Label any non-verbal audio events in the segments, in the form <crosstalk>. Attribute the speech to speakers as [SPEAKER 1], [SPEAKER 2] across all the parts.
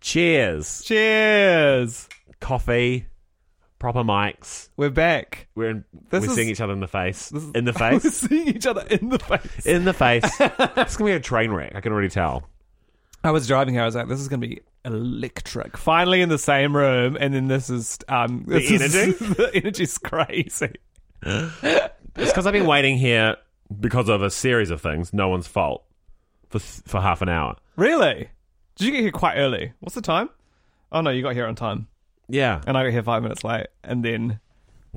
[SPEAKER 1] Cheers.
[SPEAKER 2] Cheers.
[SPEAKER 1] Coffee. Proper mics.
[SPEAKER 2] We're back.
[SPEAKER 1] We're, in, we're
[SPEAKER 2] This is-
[SPEAKER 1] seeing each other in the face.
[SPEAKER 2] This is-
[SPEAKER 1] in
[SPEAKER 2] <laughs>
[SPEAKER 1] the
[SPEAKER 2] We're
[SPEAKER 1] face.
[SPEAKER 2] seeing each other in the face.
[SPEAKER 1] in the face.
[SPEAKER 2] <laughs>
[SPEAKER 1] it's going to be a train wreck. I can already tell.
[SPEAKER 2] I was driving here. I was like, this is going to be electric. Finally in the same room. And then this is. Um, this is-
[SPEAKER 1] energy?
[SPEAKER 2] <laughs> the energy's crazy.
[SPEAKER 1] It's because I've been waiting here because of a series of things, no one's fault, for, for half an hour.
[SPEAKER 2] Really? Did you get here quite early? What's the time? Oh, no, you got here on time.
[SPEAKER 1] Yeah.
[SPEAKER 2] And I got here five minutes late. And then.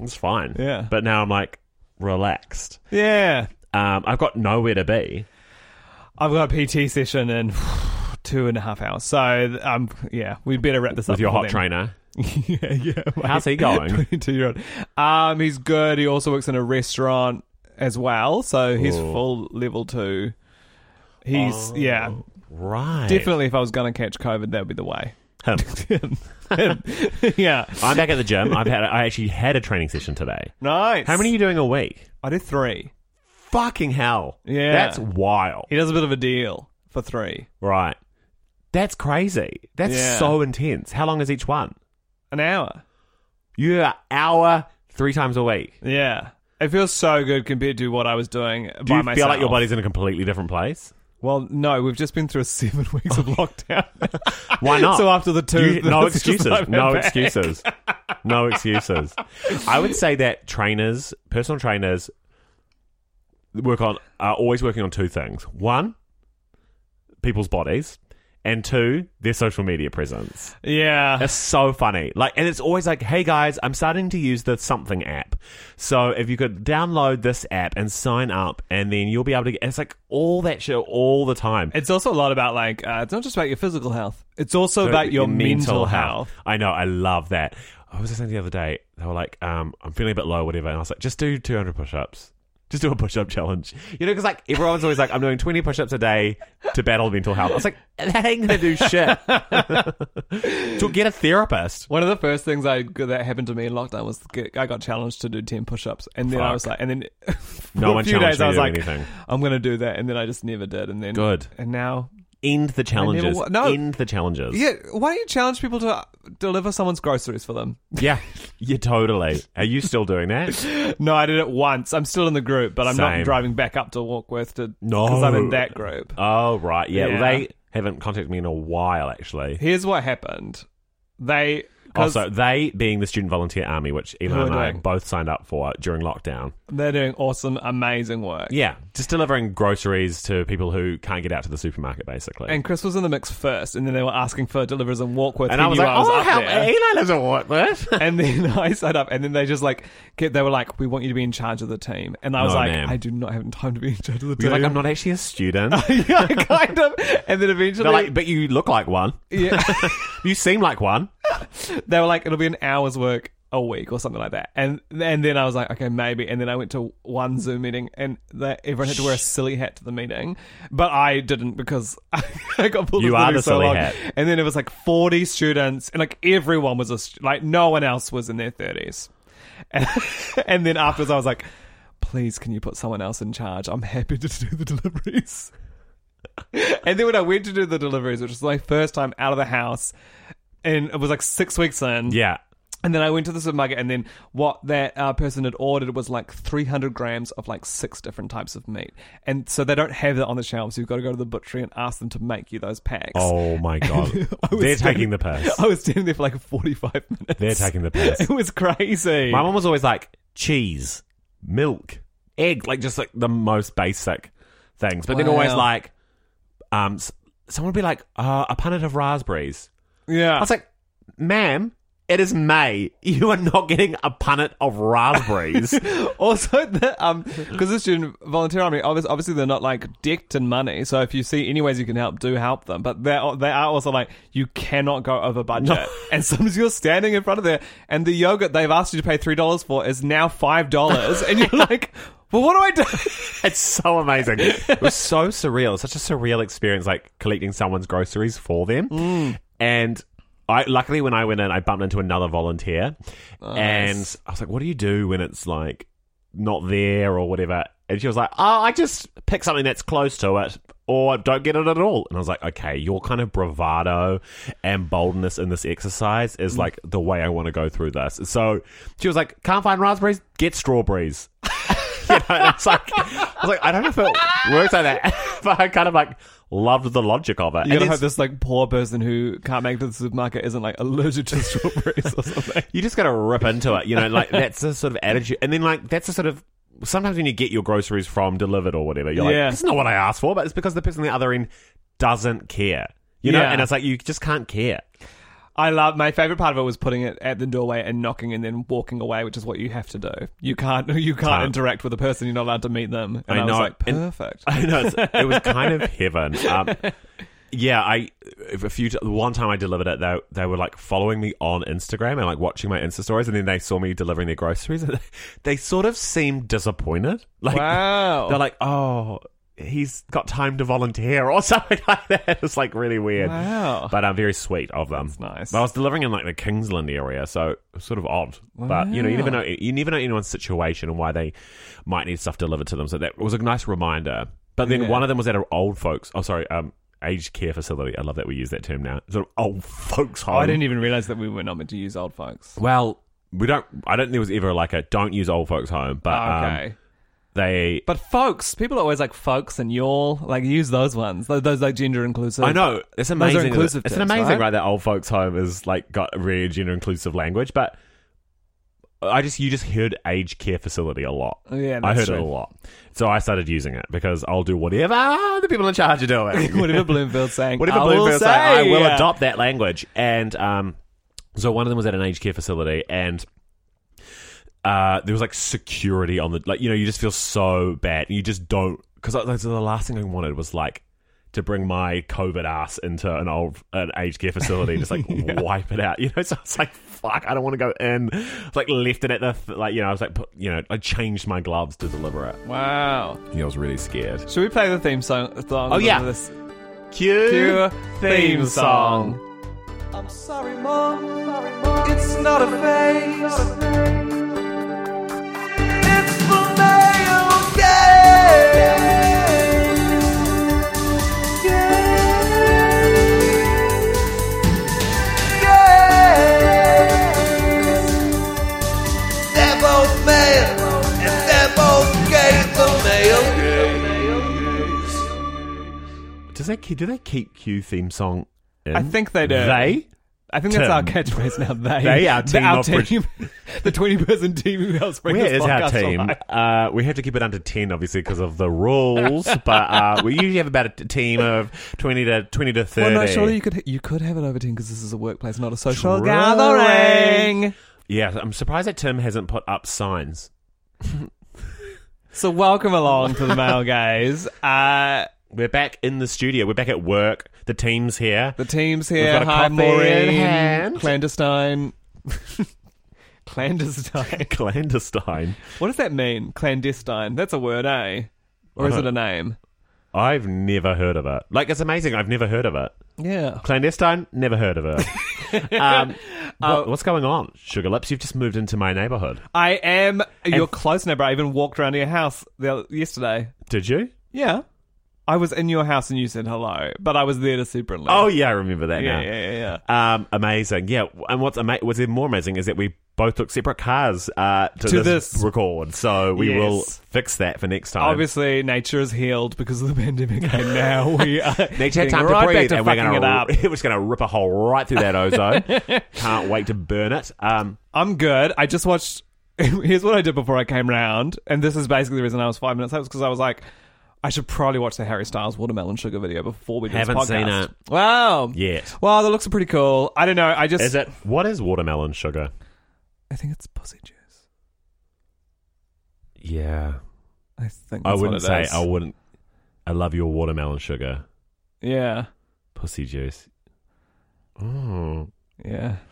[SPEAKER 1] It's fine.
[SPEAKER 2] Yeah.
[SPEAKER 1] But now I'm like relaxed.
[SPEAKER 2] Yeah.
[SPEAKER 1] Um, I've got nowhere to be.
[SPEAKER 2] I've got a PT session in <sighs> two and a half hours. So, um, yeah, we better wrap this up.
[SPEAKER 1] With your
[SPEAKER 2] before
[SPEAKER 1] hot
[SPEAKER 2] then.
[SPEAKER 1] trainer.
[SPEAKER 2] <laughs> yeah,
[SPEAKER 1] <laughs>
[SPEAKER 2] yeah. mate.
[SPEAKER 1] How's he
[SPEAKER 2] <laughs>
[SPEAKER 1] going?
[SPEAKER 2] 22 year old. Um, he's good. He also works in a restaurant as well. So he's
[SPEAKER 1] Ooh.
[SPEAKER 2] full level two. He's,
[SPEAKER 1] Oh.
[SPEAKER 2] yeah.
[SPEAKER 1] Right.
[SPEAKER 2] Definitely, if I was going to catch COVID, that would be
[SPEAKER 1] <laughs>
[SPEAKER 2] the way. <laughs>
[SPEAKER 1] Him.
[SPEAKER 2] yeah.
[SPEAKER 1] <laughs> I'm back at the gym. I've had I actually had a training session today.
[SPEAKER 2] Nice.
[SPEAKER 1] How many are you doing a week?
[SPEAKER 2] I do three.
[SPEAKER 1] Fucking hell.
[SPEAKER 2] Yeah.
[SPEAKER 1] That's wild.
[SPEAKER 2] He does a bit of a deal for three.
[SPEAKER 1] Right. That's crazy. That's
[SPEAKER 2] Yeah.
[SPEAKER 1] so intense. How long is each one?
[SPEAKER 2] An hour.
[SPEAKER 1] You're an hour three times a week.
[SPEAKER 2] Yeah. It feels so good compared to what I was doing
[SPEAKER 1] Do
[SPEAKER 2] by
[SPEAKER 1] you
[SPEAKER 2] myself.
[SPEAKER 1] feel like your body's in a completely different place?
[SPEAKER 2] Well, no, we've just been through <laughs> seven
[SPEAKER 1] <laughs>
[SPEAKER 2] weeks of lockdown.
[SPEAKER 1] Why not?
[SPEAKER 2] <laughs> So after the two,
[SPEAKER 1] You-
[SPEAKER 2] <laughs>
[SPEAKER 1] no
[SPEAKER 2] this is
[SPEAKER 1] excuses.
[SPEAKER 2] my
[SPEAKER 1] No
[SPEAKER 2] back.
[SPEAKER 1] excuses. No excuses. I would say that trainers, personal trainers, work on are always working on two things. One, people's bodies, and two, their social media presence.
[SPEAKER 2] Yeah.
[SPEAKER 1] It's so funny. Like, and it's always like, hey guys, I'm starting to use the something app. So if you could download this app and sign up, and then you'll be able to get. It's like all that shit all the time.
[SPEAKER 2] It's also a lot about like uh, it's not just about your physical health. It's also
[SPEAKER 1] So
[SPEAKER 2] about your mental health.
[SPEAKER 1] I know. I love that. I was listening the other day. They were like, um, "I'm feeling a bit low, whatever," and I was like, "Just do 200 push-ups. Just do a push-up challenge." You know, because like everyone's always like, "I'm doing 20 push-ups a day to battle mental health." I was like, "That ain't gonna do <laughs> shit." so get a therapist.
[SPEAKER 2] One of the first things I that happened to me in lockdown was get, I got challenged to do ten push-ups, and then I
[SPEAKER 1] Fuck.
[SPEAKER 2] was like, and then <laughs> for
[SPEAKER 1] No
[SPEAKER 2] a
[SPEAKER 1] one
[SPEAKER 2] few
[SPEAKER 1] challenged
[SPEAKER 2] days
[SPEAKER 1] me
[SPEAKER 2] I
[SPEAKER 1] to
[SPEAKER 2] was
[SPEAKER 1] do
[SPEAKER 2] like,
[SPEAKER 1] anything.
[SPEAKER 2] I'm going to do that, and then I just never did, and then
[SPEAKER 1] Good.
[SPEAKER 2] and now
[SPEAKER 1] End the challenges.
[SPEAKER 2] wa- no.
[SPEAKER 1] End the challenges.
[SPEAKER 2] yeah, why don't you challenge people to uh, deliver someone's groceries for them?
[SPEAKER 1] yeah, yeah. Totally. Are you still doing
[SPEAKER 2] <laughs>
[SPEAKER 1] that?
[SPEAKER 2] No, I did it once. I'm still in the group, but I'm
[SPEAKER 1] Same.
[SPEAKER 2] not driving back up to Walkworth to
[SPEAKER 1] No.
[SPEAKER 2] because I'm in that group.
[SPEAKER 1] Oh right. Yeah. Well,
[SPEAKER 2] Yeah.
[SPEAKER 1] they haven't contacted me in a while, actually.
[SPEAKER 2] Here's what happened. They 'cause
[SPEAKER 1] Also, they being the student volunteer army, which Elon
[SPEAKER 2] Who are
[SPEAKER 1] and I
[SPEAKER 2] doing?
[SPEAKER 1] both signed up for during lockdown.
[SPEAKER 2] they're doing awesome, amazing work.
[SPEAKER 1] Yeah, just delivering groceries to people who can't get out to the supermarket, basically.
[SPEAKER 2] And Chris was in the mix first, and then they were asking for deliveries in Walkworth.
[SPEAKER 1] And
[SPEAKER 2] He
[SPEAKER 1] I was
[SPEAKER 2] knew
[SPEAKER 1] like, oh,
[SPEAKER 2] up
[SPEAKER 1] how
[SPEAKER 2] there."
[SPEAKER 1] Elon is a what? what?"
[SPEAKER 2] <laughs> And then <laughs> I signed up, and then they just like, get, they were like, we want you to be in charge of the team. And I was
[SPEAKER 1] No,
[SPEAKER 2] like,
[SPEAKER 1] ma'am.
[SPEAKER 2] I do not have time to be in charge of the
[SPEAKER 1] You're
[SPEAKER 2] team.
[SPEAKER 1] like, I'm not actually a
[SPEAKER 2] <laughs>
[SPEAKER 1] student.
[SPEAKER 2] yeah, kind of. And then
[SPEAKER 1] <laughs>
[SPEAKER 2] eventually,
[SPEAKER 1] They're like, but you look like one.
[SPEAKER 2] yeah,
[SPEAKER 1] <laughs> You seem like one.
[SPEAKER 2] they were like, it'll be an hour's work a week or something like that. And and then I was like, okay, maybe. And then I went to one Zoom meeting, and the, everyone had to wear a silly hat to the meeting, but I didn't because <laughs> I got pulled.
[SPEAKER 1] You
[SPEAKER 2] into
[SPEAKER 1] are
[SPEAKER 2] meeting
[SPEAKER 1] the
[SPEAKER 2] so
[SPEAKER 1] silly
[SPEAKER 2] long.
[SPEAKER 1] hat.
[SPEAKER 2] And then it was like forty students, and like everyone was a stu- like no one else was in their thirties. <laughs> And, and then afterwards, I was like. Please, can you put someone else in charge? I'm happy to do the deliveries. <laughs> and then when I went to do the deliveries, which was my first time out of the house, and it was like six weeks in. <laughs>
[SPEAKER 1] Yeah.
[SPEAKER 2] And then I went to the supermarket, and then what that uh, person had ordered was like 300 grams of like six different types of meat. And so they don't have that on the shelves. You've got to go to the butchery and ask them to make you those packs.
[SPEAKER 1] Oh my god,
[SPEAKER 2] I was
[SPEAKER 1] they're taking
[SPEAKER 2] standing-
[SPEAKER 1] the piss.
[SPEAKER 2] <laughs> I was standing there for like 45 minutes.
[SPEAKER 1] They're taking the piss.
[SPEAKER 2] <laughs> It was crazy.
[SPEAKER 1] My mum was always like cheese, milk, egg, like just like the most basic things. But then always
[SPEAKER 2] Wow.
[SPEAKER 1] like, um, s- someone would be like, uh, a punnet of raspberries.
[SPEAKER 2] yeah.
[SPEAKER 1] I was like, ma'am, It is May. <laughs> You are not getting a punnet of raspberries.
[SPEAKER 2] Also, <laughs> the, um, because the student volunteer army, obviously, obviously they're not like decked in money. So if you see any ways you can help, do help them. But they are, they are also like you cannot go over budget. <laughs> And sometimes you're standing in front of there, and the yogurt they've asked you to pay three dollars for is now five dollars, and <laughs> you're like, well, what do I do?
[SPEAKER 1] it's so amazing. It was so surreal. Such a surreal experience, like collecting someone's groceries for them. And I luckily when I went in, I bumped into another volunteer, and I was like, "What do you do when it's like not there or whatever?" And she was like, "Oh, I just pick something that's close to it." Or don't get it at all. And I was like, okay, your kind of bravado and boldness in this exercise
[SPEAKER 2] Mm.
[SPEAKER 1] is like the way I want to go through this. So she was like, can't find raspberries? Get strawberries <laughs> you know, and I was like, I was like, I don't know if it works like that, <laughs> but I kind of like loved the logic of it. And
[SPEAKER 2] You gotta hope
[SPEAKER 1] it's-
[SPEAKER 2] this like poor person who can't make it to the supermarket isn't like allergic to strawberries or something.
[SPEAKER 1] you just gotta rip into it, you know, like that's the sort of attitude, and then like that's the sort of. Sometimes when you get your groceries from delivered or whatever, you're
[SPEAKER 2] Yeah.
[SPEAKER 1] like, "This is not what I asked for," but it's because the person on the other end doesn't care, you know.
[SPEAKER 2] Yeah.
[SPEAKER 1] And it's like you just can't care.
[SPEAKER 2] I love my favorite part of it was putting it at the doorway and knocking and then walking away, which is what you have to do. You can't <laughs> you can't
[SPEAKER 1] Can't.
[SPEAKER 2] interact with a person. You're not allowed to meet them. And
[SPEAKER 1] I
[SPEAKER 2] I, was
[SPEAKER 1] know.
[SPEAKER 2] like,
[SPEAKER 1] And-
[SPEAKER 2] perfect.
[SPEAKER 1] <laughs> I know it's, it was kind of heaven. Um, yeah, I a few t- one time I delivered it. They they were like following me on Instagram and like watching my Insta stories, and then they saw me delivering their groceries. And <laughs> they sort of seemed disappointed. Like
[SPEAKER 2] wow.
[SPEAKER 1] they're like, oh, he's got time to volunteer <laughs> or something like that. It's like really weird.
[SPEAKER 2] wow.
[SPEAKER 1] But I'm very sweet of them.
[SPEAKER 2] That's nice.
[SPEAKER 1] But I was delivering in like the Kingsland area, so it was sort of odd. But you know, you never know you never know anyone's situation and why they might need stuff delivered to them. So that was a nice reminder. But then
[SPEAKER 2] Yeah.
[SPEAKER 1] one of them was at an old folks. Oh, sorry, um, aged care facility. I love that we use that term now. Sort of old folks home.
[SPEAKER 2] Oh, I didn't even realize that we were not meant to use old folks.
[SPEAKER 1] well, we don't. I don't think there was ever like a don't use old folks home, but um,
[SPEAKER 2] okay.
[SPEAKER 1] they.
[SPEAKER 2] but folks, people are always like folks and y'all. Like use those ones. Those, those like gender inclusive.
[SPEAKER 1] I know it's
[SPEAKER 2] are
[SPEAKER 1] amazing.
[SPEAKER 2] inclusive
[SPEAKER 1] it's an
[SPEAKER 2] terms,
[SPEAKER 1] amazing,
[SPEAKER 2] right?
[SPEAKER 1] right? That old folks' home is like got a really gender inclusive language, but I just you just heard aged care facility a lot.
[SPEAKER 2] Oh, Yeah,
[SPEAKER 1] I heard
[SPEAKER 2] that's
[SPEAKER 1] it a
[SPEAKER 2] true.
[SPEAKER 1] lot, so I started using it because I'll do whatever the people in charge are doing.
[SPEAKER 2] <laughs> <laughs>
[SPEAKER 1] <laughs>
[SPEAKER 2] Whatever Bloomfield's saying.
[SPEAKER 1] whatever
[SPEAKER 2] I will
[SPEAKER 1] Bloomfield's saying, I
[SPEAKER 2] say.
[SPEAKER 1] will
[SPEAKER 2] Yeah.
[SPEAKER 1] adopt that language. And um, so one of them was at an aged care facility, and uh, there was like security on the like you know you just feel so bad and you just don't because that's the last thing I wanted was like to bring my COVID ass into an old an aged care facility and just
[SPEAKER 2] <laughs>
[SPEAKER 1] like wipe it out you know <laughs> so I was like fuck I don't want to go in I was, like left it at the th- like you know I was like put, you know I changed my gloves to deliver it
[SPEAKER 2] Wow.
[SPEAKER 1] you know, I was really scared
[SPEAKER 2] Should we play the theme song? song
[SPEAKER 1] Oh, yeah.
[SPEAKER 2] of This
[SPEAKER 1] cue,
[SPEAKER 2] Cue theme song. I'm sorry, Mom. It's not a phase. It's the male gaze. Gaze. They're both male, and they're both gay. The male gaze.
[SPEAKER 1] Does they do they keep Q theme song? In?
[SPEAKER 2] I think they do.
[SPEAKER 1] They
[SPEAKER 2] I think that's our
[SPEAKER 1] Tim.
[SPEAKER 2] catchphrase
[SPEAKER 1] <laughs>
[SPEAKER 2] now. They,
[SPEAKER 1] They are team
[SPEAKER 2] our
[SPEAKER 1] of Brit-
[SPEAKER 2] team, <laughs> the twenty-person team who helps bring
[SPEAKER 1] where
[SPEAKER 2] this
[SPEAKER 1] is our
[SPEAKER 2] podcast
[SPEAKER 1] team?
[SPEAKER 2] alive.
[SPEAKER 1] Uh, we have to keep it under ten, obviously, because of the
[SPEAKER 2] <laughs>
[SPEAKER 1] rules. but uh, we usually have about a t- team of twenty to twenty to
[SPEAKER 2] Well,
[SPEAKER 1] thirty.
[SPEAKER 2] no, surely you could you could have it over team because this is a workplace, not a social
[SPEAKER 1] True.
[SPEAKER 2] gathering.
[SPEAKER 1] yeah, I'm surprised that Tim hasn't put up signs.
[SPEAKER 2] So welcome along to the male guys. <laughs> Uh,
[SPEAKER 1] We're back in the studio. We're back at work. The team's here. <laughs>
[SPEAKER 2] the team's here.
[SPEAKER 1] got a
[SPEAKER 2] Hi,
[SPEAKER 1] coffee in
[SPEAKER 2] Maureen.
[SPEAKER 1] hand.
[SPEAKER 2] Clandestine. <laughs> clandestine.
[SPEAKER 1] Clandestine.
[SPEAKER 2] What does that mean? Clandestine. That's a word, eh? Or is
[SPEAKER 1] Uh-huh.
[SPEAKER 2] it a name?
[SPEAKER 1] I've never heard of it. Like it's amazing. I've never heard of it.
[SPEAKER 2] Yeah.
[SPEAKER 1] Clandestine. Never heard of it.
[SPEAKER 2] <laughs>
[SPEAKER 1] um,
[SPEAKER 2] Uh,
[SPEAKER 1] what- what's going on, Sugar Lips? You've just moved into my neighborhood.
[SPEAKER 2] I am your close neighbor. I even walked around to your house the, oth- yesterday.
[SPEAKER 1] Did you?
[SPEAKER 2] Yeah. I was in your house and you said hello, but I was there to super and
[SPEAKER 1] Oh yeah, I remember that
[SPEAKER 2] yeah,
[SPEAKER 1] now.
[SPEAKER 2] yeah, yeah, yeah.
[SPEAKER 1] Um, amazing. Yeah, and what's ama- what's even more amazing is that we both took separate cars uh, to,
[SPEAKER 2] To
[SPEAKER 1] this,
[SPEAKER 2] this.
[SPEAKER 1] record, so we
[SPEAKER 2] Yes.
[SPEAKER 1] will fix that for next time.
[SPEAKER 2] Obviously, nature is healed because of the <laughs> pandemic,
[SPEAKER 1] <laughs>
[SPEAKER 2] and now uh, we are <laughs>
[SPEAKER 1] Nature had
[SPEAKER 2] getting
[SPEAKER 1] time
[SPEAKER 2] right
[SPEAKER 1] to breathe,
[SPEAKER 2] back to
[SPEAKER 1] and we're
[SPEAKER 2] fucking
[SPEAKER 1] gonna
[SPEAKER 2] it
[SPEAKER 1] <laughs>
[SPEAKER 2] up.
[SPEAKER 1] we're just gonna rip a hole right through that
[SPEAKER 2] <laughs>
[SPEAKER 1] ozone. Can't wait to burn it. Um,
[SPEAKER 2] I'm good. I just <laughs> watched. Here's what I did before I came round, and this is basically the reason I was five minutes late, because I was like, I should probably watch the Harry Styles watermelon sugar video before we do
[SPEAKER 1] Haven't
[SPEAKER 2] this podcast.
[SPEAKER 1] seen it.
[SPEAKER 2] Wow.
[SPEAKER 1] Yet.
[SPEAKER 2] Well, that looks pretty cool. I don't know. I just.
[SPEAKER 1] Is it? What is watermelon sugar?
[SPEAKER 2] I think it's pussy juice.
[SPEAKER 1] Yeah.
[SPEAKER 2] I think.
[SPEAKER 1] I
[SPEAKER 2] that's
[SPEAKER 1] wouldn't
[SPEAKER 2] what it
[SPEAKER 1] say.
[SPEAKER 2] is.
[SPEAKER 1] I wouldn't. I love your watermelon sugar.
[SPEAKER 2] yeah.
[SPEAKER 1] Pussy
[SPEAKER 2] <laughs>
[SPEAKER 1] juice. Oh.
[SPEAKER 2] Yeah. <laughs>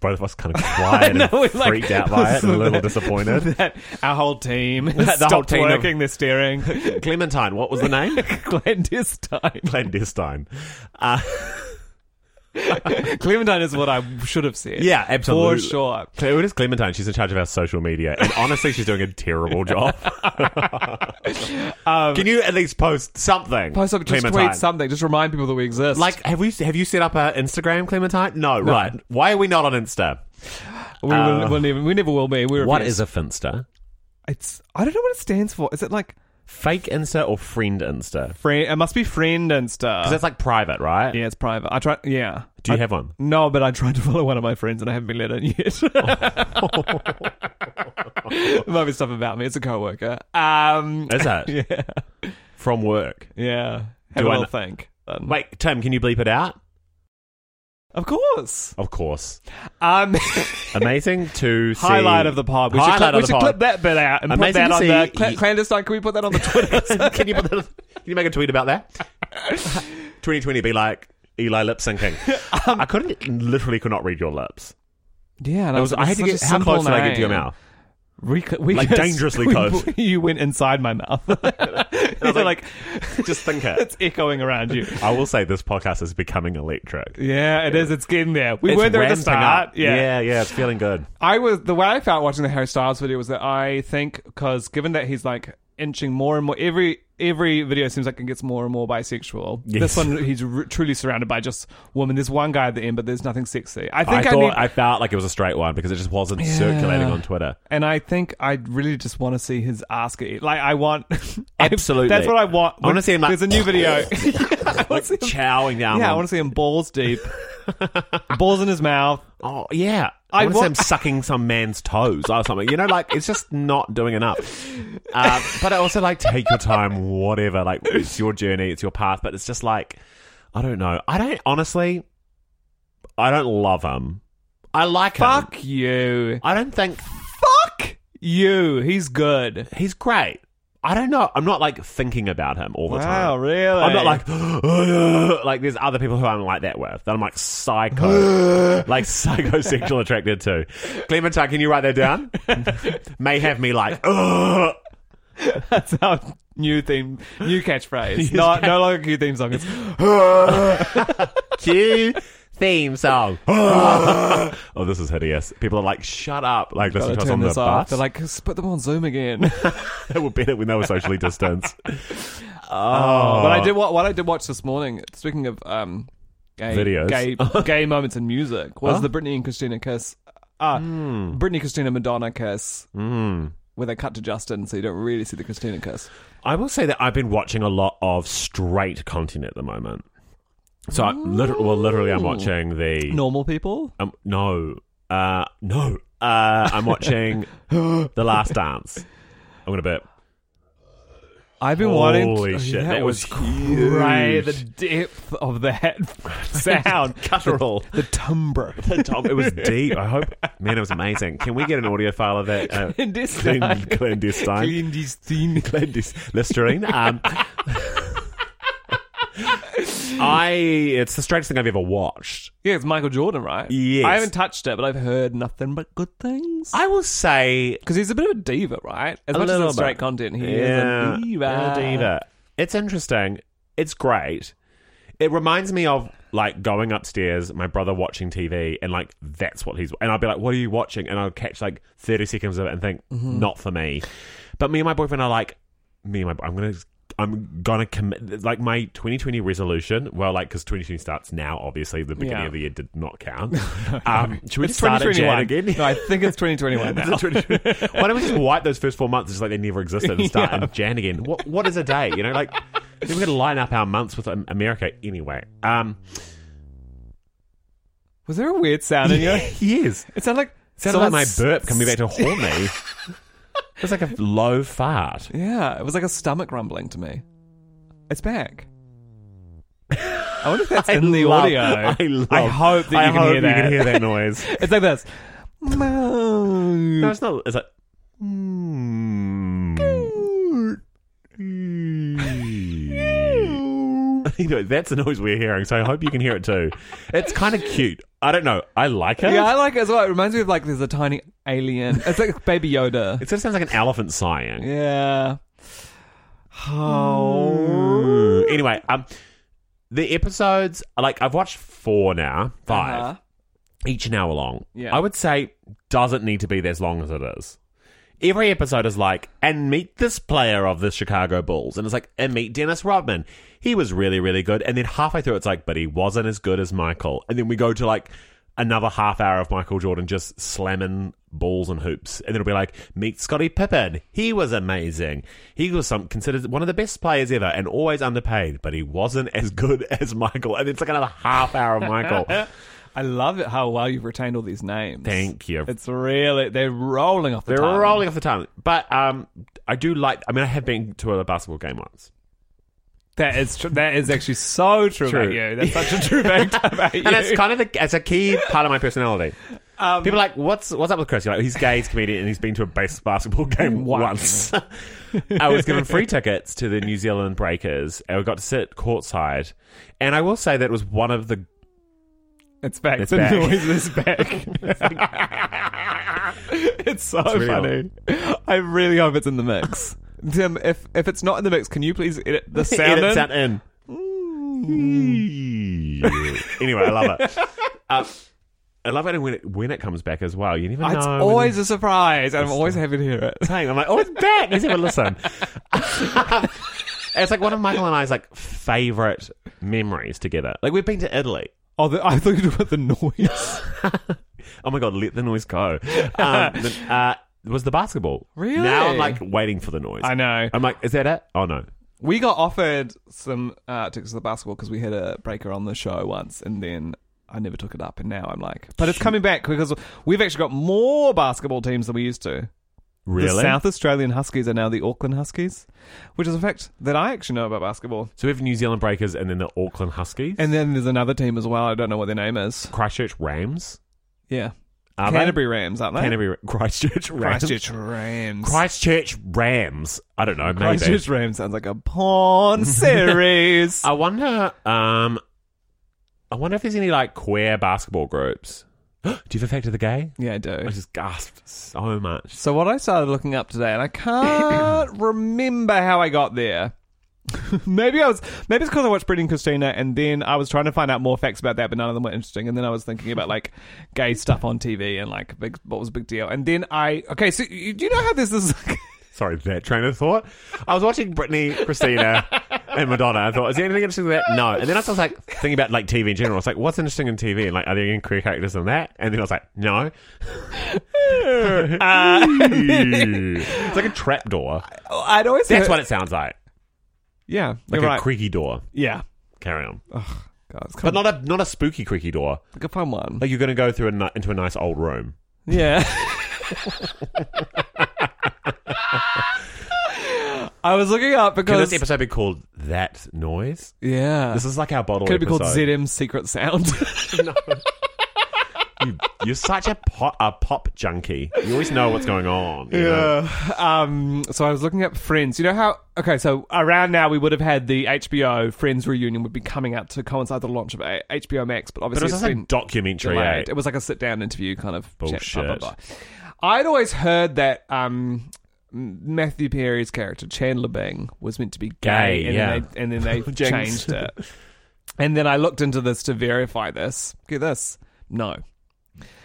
[SPEAKER 1] Both of us kind of quiet
[SPEAKER 2] know,
[SPEAKER 1] and
[SPEAKER 2] we're
[SPEAKER 1] freaked
[SPEAKER 2] like-
[SPEAKER 1] out by it and a
[SPEAKER 2] <laughs>
[SPEAKER 1] little disappointed.
[SPEAKER 2] that, our
[SPEAKER 1] <laughs>
[SPEAKER 2] whole team
[SPEAKER 1] whole
[SPEAKER 2] stopped
[SPEAKER 1] team of-
[SPEAKER 2] working. They're staring
[SPEAKER 1] <laughs> Clementine, what was the name?
[SPEAKER 2] <laughs> clandestine.
[SPEAKER 1] <laughs> Clandestine. Uh,
[SPEAKER 2] <laughs> Clementine is what I should have said.
[SPEAKER 1] yeah,
[SPEAKER 2] for
[SPEAKER 1] absolutely.
[SPEAKER 2] sure.
[SPEAKER 1] Cle- It is Clementine. She's in charge of our social media, and honestly, she's doing a terrible <laughs> job. Can you at least post something?
[SPEAKER 2] Post up, just
[SPEAKER 1] Clementine?
[SPEAKER 2] tweet something. Just remind people that we exist.
[SPEAKER 1] Like, have we have you set up an Instagram, Clementine? No, right. Why are we not on Insta?
[SPEAKER 2] we, will, we'll never, we never will be. We're
[SPEAKER 1] What is a finsta?
[SPEAKER 2] It's. I don't know what uh, it stands for. Is it like
[SPEAKER 1] Fake Insta or friend Insta?
[SPEAKER 2] friend? It must be friend and stuff.
[SPEAKER 1] Because that's like private, right?
[SPEAKER 2] yeah, it's private. I try. Yeah.
[SPEAKER 1] Do you
[SPEAKER 2] I-
[SPEAKER 1] have <laughs> one?
[SPEAKER 2] No, but I tried to follow one of my friends and I haven't been let in yet. <laughs> it might be stuff about me. It's a coworker. Um,
[SPEAKER 1] Is it
[SPEAKER 2] yeah,
[SPEAKER 1] from work?
[SPEAKER 2] yeah. Have
[SPEAKER 1] Do
[SPEAKER 2] a
[SPEAKER 1] I
[SPEAKER 2] little
[SPEAKER 1] kn-
[SPEAKER 2] think. Um,
[SPEAKER 1] Wait, Tim, can you bleep it out?
[SPEAKER 2] Of course.
[SPEAKER 1] Of course.
[SPEAKER 2] Um, <laughs>
[SPEAKER 1] Amazing to see.
[SPEAKER 2] highlight of the pod. We should,
[SPEAKER 1] Highlight
[SPEAKER 2] clip,
[SPEAKER 1] of
[SPEAKER 2] we
[SPEAKER 1] the
[SPEAKER 2] should
[SPEAKER 1] pod.
[SPEAKER 2] clip that bit out and
[SPEAKER 1] Amazing
[SPEAKER 2] put that
[SPEAKER 1] to
[SPEAKER 2] on the
[SPEAKER 1] see-
[SPEAKER 2] cla- clandestine. Can we put that on
[SPEAKER 1] <laughs>
[SPEAKER 2] the Twitter?
[SPEAKER 1] can you put that, can you make a tweet about that? 2020 be like Eli lip
[SPEAKER 2] <laughs>
[SPEAKER 1] syncing.
[SPEAKER 2] Um,
[SPEAKER 1] I couldn't literally could not read your lips.
[SPEAKER 2] yeah, and
[SPEAKER 1] I was I had to get how close did I get to your mouth?
[SPEAKER 2] We, cl- we
[SPEAKER 1] Like,
[SPEAKER 2] just-
[SPEAKER 1] dangerously
[SPEAKER 2] we-
[SPEAKER 1] close.
[SPEAKER 2] You went inside my <laughs> mouth. You're
[SPEAKER 1] <laughs>
[SPEAKER 2] like,
[SPEAKER 1] like- Just think it.
[SPEAKER 2] it's echoing around you.
[SPEAKER 1] I will say this podcast is becoming electric.
[SPEAKER 2] Yeah, it is. It's getting there. We
[SPEAKER 1] It's
[SPEAKER 2] were there at the
[SPEAKER 1] ramping
[SPEAKER 2] start.
[SPEAKER 1] up. yeah, yeah. It's feeling good.
[SPEAKER 2] I was the way I felt watching the Harry Styles video was that I think because given that he's like inching more and more every every video seems like it gets more and more bisexual. This
[SPEAKER 1] Yes.
[SPEAKER 2] one he's r truly surrounded by just women. There's one guy at the end, but there's nothing sexy. I
[SPEAKER 1] I,
[SPEAKER 2] think I,
[SPEAKER 1] thought
[SPEAKER 2] need,
[SPEAKER 1] I felt like it was a straight one because it just wasn't circulating on Twitter.
[SPEAKER 2] and I think I really just want to see his ass get eat. Like I want <laughs>
[SPEAKER 1] Absolutely.
[SPEAKER 2] that's what I want.
[SPEAKER 1] I wanna see him like-
[SPEAKER 2] there's a new video. <laughs>
[SPEAKER 1] <laughs>
[SPEAKER 2] I wanna
[SPEAKER 1] Like
[SPEAKER 2] see him-
[SPEAKER 1] chowing down.
[SPEAKER 2] <laughs> yeah, I
[SPEAKER 1] on-
[SPEAKER 2] want to see him
[SPEAKER 1] <laughs>
[SPEAKER 2] balls deep, balls in his mouth.
[SPEAKER 1] Oh yeah,
[SPEAKER 2] I
[SPEAKER 1] I want
[SPEAKER 2] wa-
[SPEAKER 1] him sucking some man's toes or something. You know, like it's just not doing enough. <laughs> Uh, but I also like take your time, whatever. Like it's your journey, it's your path. But it's just like I don't know. I don't honestly. I don't love him. I like him.
[SPEAKER 2] Fuck you.
[SPEAKER 1] I don't think
[SPEAKER 2] Fuck you. He's good.
[SPEAKER 1] he's great. I don't know. I'm not like thinking about him all the
[SPEAKER 2] Wow,
[SPEAKER 1] time.
[SPEAKER 2] really?
[SPEAKER 1] I'm not like like <gasps> there's other people who I'm like that with that I'm like
[SPEAKER 2] <laughs>
[SPEAKER 1] psycho like psychosexual attracted to. Clementine, can you write that
[SPEAKER 2] <laughs>
[SPEAKER 1] down? May have me like "Ugh."
[SPEAKER 2] <laughs> that's our new theme,
[SPEAKER 1] <laughs>
[SPEAKER 2] new catchphrase. Not no longer Q theme song. It's
[SPEAKER 1] cue theme
[SPEAKER 2] <laughs>
[SPEAKER 1] song. <laughs> oh, this is hideous. People are like, shut up. Like listen
[SPEAKER 2] gotta
[SPEAKER 1] to us on
[SPEAKER 2] turn
[SPEAKER 1] the
[SPEAKER 2] this off.
[SPEAKER 1] bus.
[SPEAKER 2] They're like, "S- put them on Zoom again.
[SPEAKER 1] <laughs> they were better when they were socially distanced.
[SPEAKER 2] But
[SPEAKER 1] Uh,
[SPEAKER 2] I did what, what I did watch this morning. Speaking of um, gay
[SPEAKER 1] Videos. <laughs>
[SPEAKER 2] gay gay moments in music, was the Britney and Christina kiss. Uh,
[SPEAKER 1] Hmm.
[SPEAKER 2] Britney, Christina, Madonna kiss. Where they cut to Justin, so you don't really see the Christina kiss.
[SPEAKER 1] I will say that I've been watching a lot of straight content at the moment. So I literally, well, literally, I'm watching the
[SPEAKER 2] Normal people.
[SPEAKER 1] Um, no, uh, no. Uh, I'm watching The Last Dance. I'm gonna bet.
[SPEAKER 2] I've been wanting.
[SPEAKER 1] Holy
[SPEAKER 2] to-
[SPEAKER 1] shit,
[SPEAKER 2] that,
[SPEAKER 1] that
[SPEAKER 2] was
[SPEAKER 1] was
[SPEAKER 2] crazy.
[SPEAKER 1] huge.
[SPEAKER 2] The depth
[SPEAKER 1] <laughs>
[SPEAKER 2] of that sound,
[SPEAKER 1] Guttural.
[SPEAKER 2] the timbre.
[SPEAKER 1] Tom, it was deep. I hope, man, it was amazing. Can we get an audio file of that? Uh,
[SPEAKER 2] Clandestine.
[SPEAKER 1] clan- clandestine,
[SPEAKER 2] Clandestine.
[SPEAKER 1] clandestine, Listerine. Um, I. It's the straightest thing I've ever watched.
[SPEAKER 2] Yeah, it's Michael Jordan, right?
[SPEAKER 1] Yes.
[SPEAKER 2] I haven't touched it, but I've heard nothing but good things.
[SPEAKER 1] I will say
[SPEAKER 2] Because he's a bit of a diva, right? As
[SPEAKER 1] A
[SPEAKER 2] much as
[SPEAKER 1] little
[SPEAKER 2] it's straight
[SPEAKER 1] bit.
[SPEAKER 2] content, he
[SPEAKER 1] yeah,
[SPEAKER 2] is a diva.
[SPEAKER 1] yeah, diva. It's interesting. It's great. It reminds me of like going upstairs, my brother watching TV, and like that's what he's. And I'll be like, "What are you watching?" And I'll catch like thirty seconds of it and think,
[SPEAKER 2] Mm-hmm.
[SPEAKER 1] "Not for me." But me and my boyfriend are like, me and my. I'm gonna. I'm gonna commit like my 2020 resolution. Well, like because 2020 starts now. Obviously, the beginning
[SPEAKER 2] Yeah.
[SPEAKER 1] of the year did not
[SPEAKER 2] <laughs>
[SPEAKER 1] count. Um, should we just
[SPEAKER 2] It's
[SPEAKER 1] start at Jan
[SPEAKER 2] 2021
[SPEAKER 1] again?
[SPEAKER 2] no, I think it's 2021
[SPEAKER 1] <laughs>
[SPEAKER 2] now.
[SPEAKER 1] Is it 2020?
[SPEAKER 2] <laughs>
[SPEAKER 1] Why don't we just wipe those first four months just like they never existed and start in Jan again? What what is a day? You know, like we're gonna line up our months with um, America anyway. Um,
[SPEAKER 2] Was there a weird sound in your?
[SPEAKER 1] <laughs> yes,
[SPEAKER 2] It sounded like
[SPEAKER 1] sounded like my
[SPEAKER 2] someone's-
[SPEAKER 1] burp coming back
[SPEAKER 2] <laughs>
[SPEAKER 1] to haunt me. It was like a low fart.
[SPEAKER 2] Yeah, it was like a stomach rumbling to me. It's back. I wonder if
[SPEAKER 1] <laughs>
[SPEAKER 2] that's
[SPEAKER 1] I
[SPEAKER 2] in the
[SPEAKER 1] love-
[SPEAKER 2] audio.
[SPEAKER 1] I, love,
[SPEAKER 2] hope that
[SPEAKER 1] I
[SPEAKER 2] you, can,
[SPEAKER 1] hope
[SPEAKER 2] hear
[SPEAKER 1] you
[SPEAKER 2] that.
[SPEAKER 1] can hear that noise.
[SPEAKER 2] <laughs> It's like this.
[SPEAKER 1] no, it's not. It's like. Hmm. Anyway, that's the noise we're hearing, so I hope you can hear it too. It's kind of cute. I don't know. I like it.
[SPEAKER 2] Yeah, I like it as well. It reminds me of like there's a tiny alien. It's like Baby Yoda.
[SPEAKER 1] <laughs> It sort of sounds like an elephant sighing.
[SPEAKER 2] Yeah. Oh.
[SPEAKER 1] Ooh. Anyway, um, the episodes like I've watched four now, 5
[SPEAKER 2] Uh-huh.
[SPEAKER 1] each an hour long.
[SPEAKER 2] Yeah.
[SPEAKER 1] I would say doesn't need to be as long as it is. Every episode is like, and meet this player of the Chicago Bulls, and it's like, and meet Dennis Rodman. He was really, really good, and then halfway through, it's like, but he wasn't as good as Michael. And then we go to like another half hour of Michael Jordan just slamming balls and hoops, and it'll be like, meet Scottie Pippen. He was amazing. He was some considered one of the best players ever, and always underpaid, but he wasn't as good <laughs> as Michael. And it's like another half hour of
[SPEAKER 2] <laughs>
[SPEAKER 1] Michael.
[SPEAKER 2] I love it how well you've retained all these names.
[SPEAKER 1] Thank you.
[SPEAKER 2] It's really they're rolling off the
[SPEAKER 1] They're
[SPEAKER 2] tongue.
[SPEAKER 1] rolling off the tongue. But um, I do like. I mean, I have been to a basketball game once,
[SPEAKER 2] That is tr- that is actually so true,
[SPEAKER 1] True.
[SPEAKER 2] about you. That's such
[SPEAKER 1] <laughs>
[SPEAKER 2] a true fact about you.
[SPEAKER 1] and <laughs> it's kind of the, it's a key part of my personality. People are like, what's what's up with Chris? You're like, he's gay, he's a comedian, and he's been to a base basketball game
[SPEAKER 2] Once.
[SPEAKER 1] <laughs> once. I was given free tickets to the New Zealand Breakers, and we got to sit courtside. And I will say that was one of the
[SPEAKER 2] It's back.
[SPEAKER 1] It's
[SPEAKER 2] the
[SPEAKER 1] back.
[SPEAKER 2] noise is
[SPEAKER 1] <laughs>
[SPEAKER 2] back. <laughs> it's so
[SPEAKER 1] real.
[SPEAKER 2] funny. I really hope it's in the mix. Tim, if if it's not in the mix, can you please edit the sound?
[SPEAKER 1] edit
[SPEAKER 2] in?
[SPEAKER 1] sound in. anyway, I love it. Uh, I love it when it when it comes back as well. You never know.
[SPEAKER 2] It's
[SPEAKER 1] when-
[SPEAKER 2] always a surprise, and I'm always happy to hear it.
[SPEAKER 1] thing. I'm like, oh, it's back. Let's have a listen. <laughs> it's like one of Michael and I's like favorite memories together. Like we've been to Italy.
[SPEAKER 2] Oh, the, I thought you were about the
[SPEAKER 1] <laughs>
[SPEAKER 2] noise.
[SPEAKER 1] Oh my god, let the noise go. Um, the- uh, was the basketball?
[SPEAKER 2] Really?
[SPEAKER 1] Now I'm like waiting for the noise.
[SPEAKER 2] I know.
[SPEAKER 1] I'm like, is that it? Oh no.
[SPEAKER 2] We got offered some uh, tickets to the basketball because we had a breaker on the show once, and then I never took it up, and now I'm like, but it's coming back because we've actually got more basketball teams than we used to. The
[SPEAKER 1] Really?
[SPEAKER 2] South Australian Huskies are now the Auckland Huskies, which is a fact that I actually know about basketball.
[SPEAKER 1] so we have New Zealand Breakers and then the Auckland Huskies
[SPEAKER 2] And then there's another team as well. I don't know what their name is.
[SPEAKER 1] Christchurch Rams.
[SPEAKER 2] Yeah,
[SPEAKER 1] Are they?
[SPEAKER 2] Canterbury Rams, aren't they?
[SPEAKER 1] Canterbury <laughs> Christchurch Rams.
[SPEAKER 2] Christchurch Rams.
[SPEAKER 1] Christchurch Rams. I don't know. Maybe.
[SPEAKER 2] Christchurch Rams sounds like a
[SPEAKER 1] <laughs>
[SPEAKER 2] porn series.
[SPEAKER 1] I wonder. Um, I wonder if there's any like queer basketball groups. <gasps> Do you have a fact of the gay?
[SPEAKER 2] yeah, I do.
[SPEAKER 1] I just gasped so much.
[SPEAKER 2] So what I started looking up today, and I can't <coughs> remember how I got there. <laughs> maybe I was maybe it's because I watched Britney and Christina, and then I was trying to find out more facts about that, but none of them were interesting. And then I was thinking about like gay stuff on TV and like big, what was a big deal. And then I okay, so you, do you know how this is? <laughs>
[SPEAKER 1] Sorry, that train of thought. I was watching Britney, Christina, and Madonna. I thought, is there anything interesting in that? No. And then I was like thinking about like TV in general. I was like, what's interesting in TV? And like, are there any queer characters in that? And then I was like, no. it's like a trap door.
[SPEAKER 2] Oh, I'd always
[SPEAKER 1] That's
[SPEAKER 2] heard-
[SPEAKER 1] what it sounds like.
[SPEAKER 2] yeah,
[SPEAKER 1] Like
[SPEAKER 2] you're
[SPEAKER 1] a
[SPEAKER 2] right.
[SPEAKER 1] creaky door.
[SPEAKER 2] yeah.
[SPEAKER 1] Carry on,
[SPEAKER 2] God, it's
[SPEAKER 1] but
[SPEAKER 2] kind
[SPEAKER 1] not a not a spooky creaky door.
[SPEAKER 2] of like a fun one.
[SPEAKER 1] Like you're going to go through a, ni- into a nice old room.
[SPEAKER 2] Yeah. <laughs> I was looking up
[SPEAKER 1] Can this
[SPEAKER 2] because
[SPEAKER 1] episode be called That Noise?
[SPEAKER 2] yeah,
[SPEAKER 1] This is like our bottle
[SPEAKER 2] could it be called
[SPEAKER 1] episode.
[SPEAKER 2] ZM Secret Sound? <laughs>
[SPEAKER 1] <laughs> You, you're such a pop, a pop junkie. You always know what's going on. you know?
[SPEAKER 2] Yeah. Um, so I was looking up Friends. You know how? Okay, so around now we would have had the HBO Friends reunion would be coming out to coincide the launch of A- HBO Max, but
[SPEAKER 1] But it was
[SPEAKER 2] obviously it's
[SPEAKER 1] just
[SPEAKER 2] been
[SPEAKER 1] a documentary.
[SPEAKER 2] delayed.
[SPEAKER 1] eh?
[SPEAKER 2] It was like a sit down interview kind of Chat, blah,
[SPEAKER 1] Bullshit.
[SPEAKER 2] blah, blah. I'd always heard that um, Matthew Perry's character Chandler Bing was meant to be gay,
[SPEAKER 1] Gay,
[SPEAKER 2] and,
[SPEAKER 1] yeah.
[SPEAKER 2] then they, and then
[SPEAKER 1] <laughs>
[SPEAKER 2] they
[SPEAKER 1] Jinx.
[SPEAKER 2] changed it. And then I looked into this to verify this. Get this? No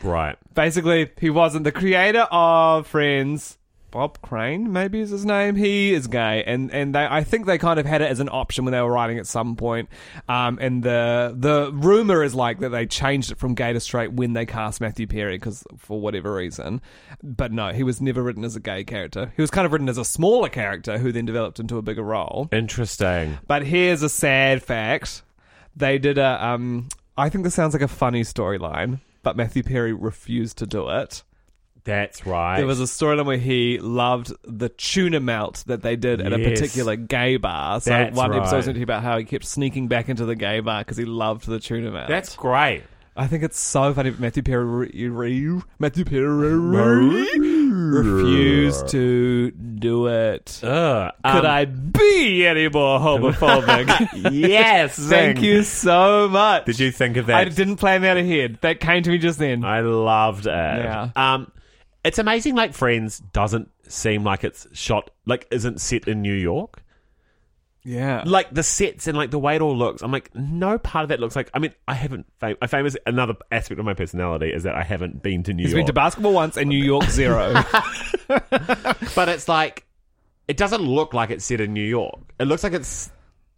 [SPEAKER 1] Right.
[SPEAKER 2] basically he wasn't the creator of friends bob crane maybe is his name he is gay and and they i think they kind of had it as an option when they were writing at some point um and the the rumor is like that they changed it from gay to straight when they cast matthew perry because for whatever reason but no he was never written as a gay character he was kind of written as a smaller character who then developed into a bigger role
[SPEAKER 1] Interesting.
[SPEAKER 2] but here's a sad fact. They did a um I think this sounds like a funny storyline, but Matthew Perry refused to do it.
[SPEAKER 1] That's right.
[SPEAKER 2] There was a storyline where he loved the tuna melt that they did at a
[SPEAKER 1] Yes.
[SPEAKER 2] particular gay bar. So
[SPEAKER 1] That's
[SPEAKER 2] one episode was
[SPEAKER 1] right.
[SPEAKER 2] meant to be about how he kept sneaking back into the gay bar because he loved the tuna melt.
[SPEAKER 1] That's great.
[SPEAKER 2] I think it's so funny. but Matthew Perry, Matthew Perry refused to do it.
[SPEAKER 1] Ugh.
[SPEAKER 2] Could I be any
[SPEAKER 1] <laughs>
[SPEAKER 2] more homophobic?
[SPEAKER 1] uh, Yes.
[SPEAKER 2] <laughs> Thank you so much.
[SPEAKER 1] Did you think of that?
[SPEAKER 2] I didn't plan that ahead. That came to me just then.
[SPEAKER 1] I loved it.
[SPEAKER 2] Yeah.
[SPEAKER 1] Um, it's amazing. Like Friends doesn't seem like it's shot like isn't set in New York.
[SPEAKER 2] yeah.
[SPEAKER 1] Like the sets and like the way it all looks. I'm like, no part of that looks like. I mean, I haven't. Fam- I famous another aspect of my personality is that I haven't been to New
[SPEAKER 2] He's
[SPEAKER 1] York.
[SPEAKER 2] been to basketball once and New York
[SPEAKER 1] <laughs>
[SPEAKER 2] zero.
[SPEAKER 1] but it's like it doesn't look like it's set in New York. It looks like it's.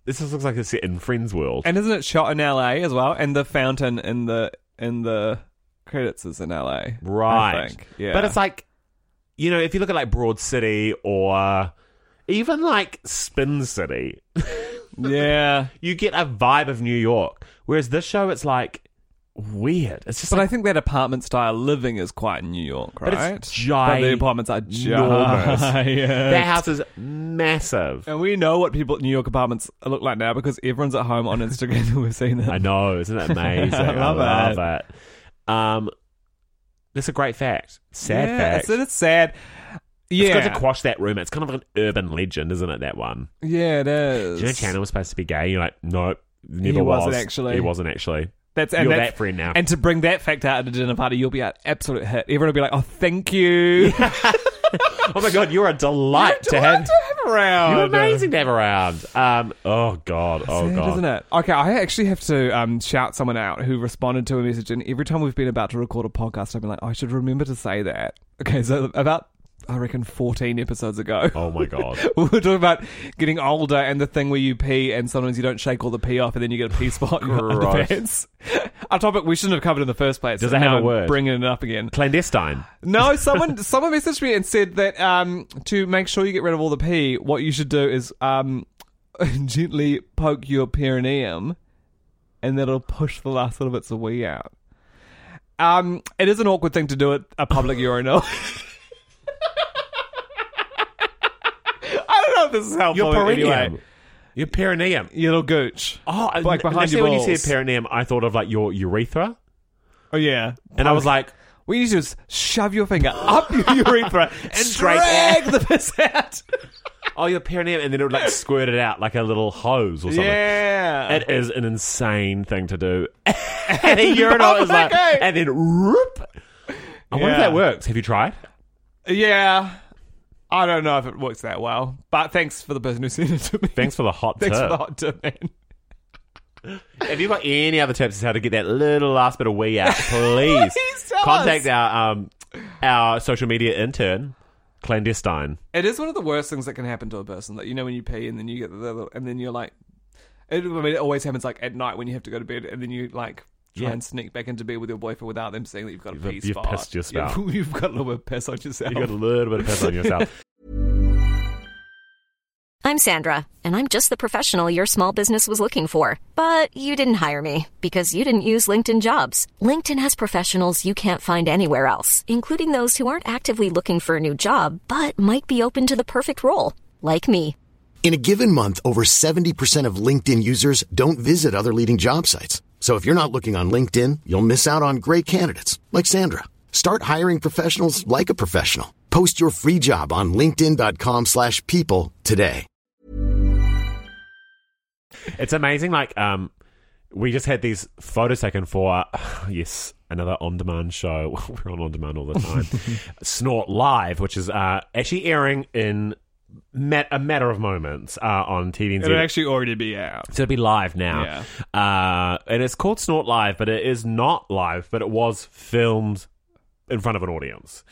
[SPEAKER 1] This just looks like it's set in Friends World.
[SPEAKER 2] And isn't it shot in LA as well? And the fountain in the in the credits is in LA. I
[SPEAKER 1] Right.
[SPEAKER 2] think. Yeah.
[SPEAKER 1] But it's like, you know, if you look at like Broad City or even like Spin City,
[SPEAKER 2] Yeah.
[SPEAKER 1] you get a vibe of New York. Whereas this show, it's like weird. It's just
[SPEAKER 2] But
[SPEAKER 1] like,
[SPEAKER 2] I think that apartment style living is quite New York, right?
[SPEAKER 1] it's
[SPEAKER 2] But the apartments are
[SPEAKER 1] ginormous.
[SPEAKER 2] <laughs> giant.
[SPEAKER 1] their house is massive.
[SPEAKER 2] And we know what people New York apartments look like now because everyone's at home on Instagram <laughs> who have seen them.
[SPEAKER 1] I know, isn't it
[SPEAKER 2] <laughs>
[SPEAKER 1] amazing?
[SPEAKER 2] I love
[SPEAKER 1] I
[SPEAKER 2] it.
[SPEAKER 1] love it. Um, that's a great fact. Sad
[SPEAKER 2] yeah,
[SPEAKER 1] fact.
[SPEAKER 2] It's, it's sad.
[SPEAKER 1] It's
[SPEAKER 2] Yeah.
[SPEAKER 1] good to quash that rumor. It's kind of an urban legend, isn't it? That one.
[SPEAKER 2] yeah, it is.
[SPEAKER 1] Do you know Chandler was supposed to be gay? You're like, nope, never
[SPEAKER 2] He
[SPEAKER 1] was.
[SPEAKER 2] wasn't actually.
[SPEAKER 1] He wasn't actually.
[SPEAKER 2] That's and
[SPEAKER 1] You're
[SPEAKER 2] that's,
[SPEAKER 1] that friend now.
[SPEAKER 2] And to bring that fact out at a dinner party, you'll be an absolute hit. Everyone will be like, "Oh, thank you."
[SPEAKER 1] <laughs>
[SPEAKER 2] <laughs>
[SPEAKER 1] Oh my god, you're a delight to
[SPEAKER 2] What
[SPEAKER 1] have.
[SPEAKER 2] to have around.
[SPEAKER 1] You're amazing to have around. Um, oh god, oh
[SPEAKER 2] Sad,
[SPEAKER 1] god,
[SPEAKER 2] isn't it? Okay, I actually have to um, shout someone out who responded to a message, and every time we've been about to record a podcast, I've been like, I should remember to say that. Okay, so about I reckon 14 episodes ago,
[SPEAKER 1] Oh my god.
[SPEAKER 2] <laughs>
[SPEAKER 1] <laughs>
[SPEAKER 2] we were talking about getting older and the thing where you pee, and sometimes you don't shake all the pee off, and then you get a pee spot in your
[SPEAKER 1] Gross.
[SPEAKER 2] underpants. <laughs> a topic we shouldn't have covered in the first place.
[SPEAKER 1] Does it
[SPEAKER 2] and
[SPEAKER 1] have
[SPEAKER 2] now
[SPEAKER 1] a
[SPEAKER 2] I'm
[SPEAKER 1] word?
[SPEAKER 2] Bringing it up again.
[SPEAKER 1] Clandestine.
[SPEAKER 2] No, someone <laughs> someone messaged me and said that um, to make sure you get rid of all the pee, what you should do is um, <laughs> gently poke your perineum, and that'll push the last little bits of wee out. Um, it is an awkward thing to do at a public urinal. <laughs> I don't know if this is
[SPEAKER 1] Your
[SPEAKER 2] helpful.
[SPEAKER 1] perineum.
[SPEAKER 2] Oh, Anyway,
[SPEAKER 1] Your perineum.
[SPEAKER 2] your little gooch.
[SPEAKER 1] Oh,
[SPEAKER 2] Like behind
[SPEAKER 1] and I
[SPEAKER 2] your
[SPEAKER 1] see when you
[SPEAKER 2] balls.
[SPEAKER 1] said perineum, I thought of like your urethra,
[SPEAKER 2] Oh yeah,
[SPEAKER 1] and I was like,
[SPEAKER 2] what you need to do is shove your finger up your <laughs> urethra and
[SPEAKER 1] Straight
[SPEAKER 2] drag the piss out.
[SPEAKER 1] "Oh, your perineum," and then it would <laughs> like squirt it out like a little hose or something.
[SPEAKER 2] Yeah.
[SPEAKER 1] It is an insane thing to do. <laughs> and a urinal is <laughs> like,
[SPEAKER 2] Okay.
[SPEAKER 1] and then whoop. I wonder if
[SPEAKER 2] Yeah.
[SPEAKER 1] that works. Have you tried?
[SPEAKER 2] Yeah. I don't know if it works that well, but thanks for the person <laughs> who sent it to me.
[SPEAKER 1] Thanks for the hot
[SPEAKER 2] Thanks
[SPEAKER 1] tip.
[SPEAKER 2] for the hot tip, <laughs> man.
[SPEAKER 1] If you've got any other tips as how to get that little last bit of wee <laughs> out, please,
[SPEAKER 2] Please tell
[SPEAKER 1] contact
[SPEAKER 2] us.
[SPEAKER 1] our um, our social media intern, clandestine.
[SPEAKER 2] It is one of the worst things that can happen to a person. That you know when you pee and then you get the little, and then you're like, it, I mean, it always happens like at night when you have to go to bed, and then you like try
[SPEAKER 1] Yeah.
[SPEAKER 2] and sneak back into bed with your boyfriend without them seeing that you've got a
[SPEAKER 1] You've-
[SPEAKER 2] pee
[SPEAKER 1] you've
[SPEAKER 2] spot.
[SPEAKER 1] pissed your
[SPEAKER 2] Yeah,
[SPEAKER 1] spout.
[SPEAKER 2] <laughs> You've got a little bit of piss on yourself.
[SPEAKER 1] You got a little bit of piss on yourself.
[SPEAKER 3] I'm Sandra, and I'm just the professional your small business was looking for. But you didn't hire me because you didn't use LinkedIn jobs. LinkedIn has professionals you can't find anywhere else, including those who aren't actively looking for a new job but might be open to the perfect role, like me.
[SPEAKER 4] In a given month, over 70% of LinkedIn users don't visit other leading job sites. So if you're not looking on LinkedIn, you'll miss out on great candidates like Sandra. Start hiring professionals like a professional. Post your free job on linkedin.com/people slash people today.
[SPEAKER 1] It's amazing. Like, um, we just had these photos taken for <sighs> yes, another on-demand show. <laughs> We're on on-demand all the
[SPEAKER 2] <laughs>
[SPEAKER 1] time. Snort Live, which is uh, actually airing in ma- a matter of moments uh, on TVNZ.
[SPEAKER 2] It'll actually already be out.
[SPEAKER 1] So it'll be live now. Uh, and it's called Snort Live, but it is not live, but it was filmed in front of an audience.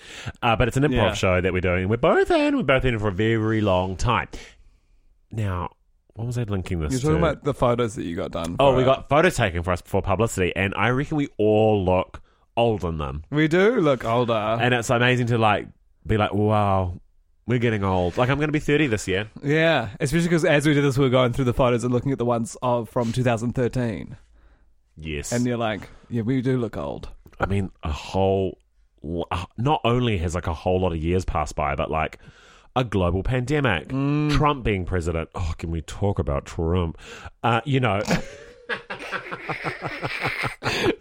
[SPEAKER 1] Uh, but it's an improv
[SPEAKER 2] Yeah.
[SPEAKER 1] show that we're doing, and we're both in. We're both in for a very long time. Now, what was I linking this
[SPEAKER 2] You're
[SPEAKER 1] to?
[SPEAKER 2] talking about the photos that you got done.
[SPEAKER 1] oh,
[SPEAKER 2] for
[SPEAKER 1] we
[SPEAKER 2] it.
[SPEAKER 1] got photos taken for us for publicity, and I reckon we all look old in them.
[SPEAKER 2] We do look older.
[SPEAKER 1] And it's amazing to like be like, wow, we're getting old. Like I'm going to be 30 this year.
[SPEAKER 2] Yeah, especially because as we did this, we were going through the photos and looking at the ones of from 2013,
[SPEAKER 1] Yes.
[SPEAKER 2] and you're like, yeah, we do look old.
[SPEAKER 1] I mean, a whole l- not only has like a whole lot of years passed by, but like a global pandemic,
[SPEAKER 2] Mm.
[SPEAKER 1] Trump being president. Oh, can we talk about Trump? Uh, you
[SPEAKER 2] <laughs>
[SPEAKER 1] know,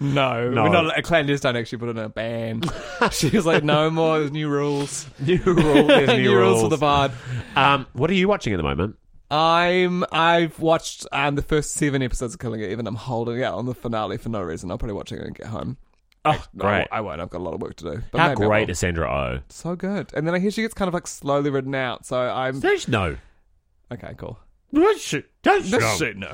[SPEAKER 2] No,
[SPEAKER 1] No.
[SPEAKER 2] we're not. A clandestine actually put in a
[SPEAKER 1] <laughs>
[SPEAKER 2] ban. she was like, "No more. There's new rules.
[SPEAKER 1] new rule,
[SPEAKER 2] <laughs>
[SPEAKER 1] there's new, rules.
[SPEAKER 2] for the pod."
[SPEAKER 1] um, what are you watching at the moment?
[SPEAKER 2] I'm. I've watched um, the first seven episodes of Killing It. Even I'm holding out on the finale for no reason. I'll probably watch it when I get home.
[SPEAKER 1] Oh,
[SPEAKER 2] No,
[SPEAKER 1] great!
[SPEAKER 2] I won't. I've got a lot of work to do. But
[SPEAKER 1] How
[SPEAKER 2] maybe I
[SPEAKER 1] great
[SPEAKER 2] will.
[SPEAKER 1] is Sandra O? Oh?
[SPEAKER 2] so good? And then I hear she gets kind of like slowly ridden out. So I'm
[SPEAKER 1] There's no.
[SPEAKER 2] okay. Cool.
[SPEAKER 1] There's
[SPEAKER 2] no.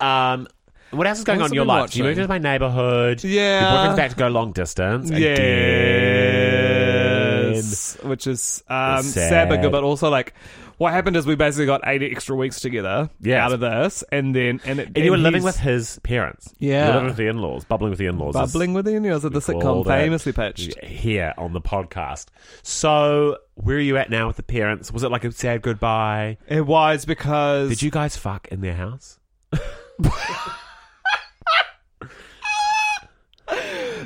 [SPEAKER 1] Um, what else is going
[SPEAKER 2] What
[SPEAKER 1] on
[SPEAKER 2] else
[SPEAKER 1] in your life? You moved
[SPEAKER 2] have I been watching?
[SPEAKER 1] into my neighborhood.
[SPEAKER 2] Yeah.
[SPEAKER 1] Your boyfriend's about to go long distance. Again.
[SPEAKER 2] Yes, which is um,
[SPEAKER 1] It's sad.
[SPEAKER 2] sad. but good. But also like, what happened is we basically got eight extra weeks together
[SPEAKER 1] Yes.
[SPEAKER 2] out of this, and then and, it,
[SPEAKER 1] And you were
[SPEAKER 2] and
[SPEAKER 1] living
[SPEAKER 2] he's
[SPEAKER 1] with his parents.
[SPEAKER 2] Yeah.
[SPEAKER 1] You were living with the in laws, bubbling with the in laws.
[SPEAKER 2] bubbling with the in-laws that the sitcom famously pitched.
[SPEAKER 1] Here on the podcast. So, where are you at now with the parents? Was it like a sad goodbye?
[SPEAKER 2] It was because
[SPEAKER 1] Did you guys fuck in their
[SPEAKER 2] <laughs>
[SPEAKER 1] house?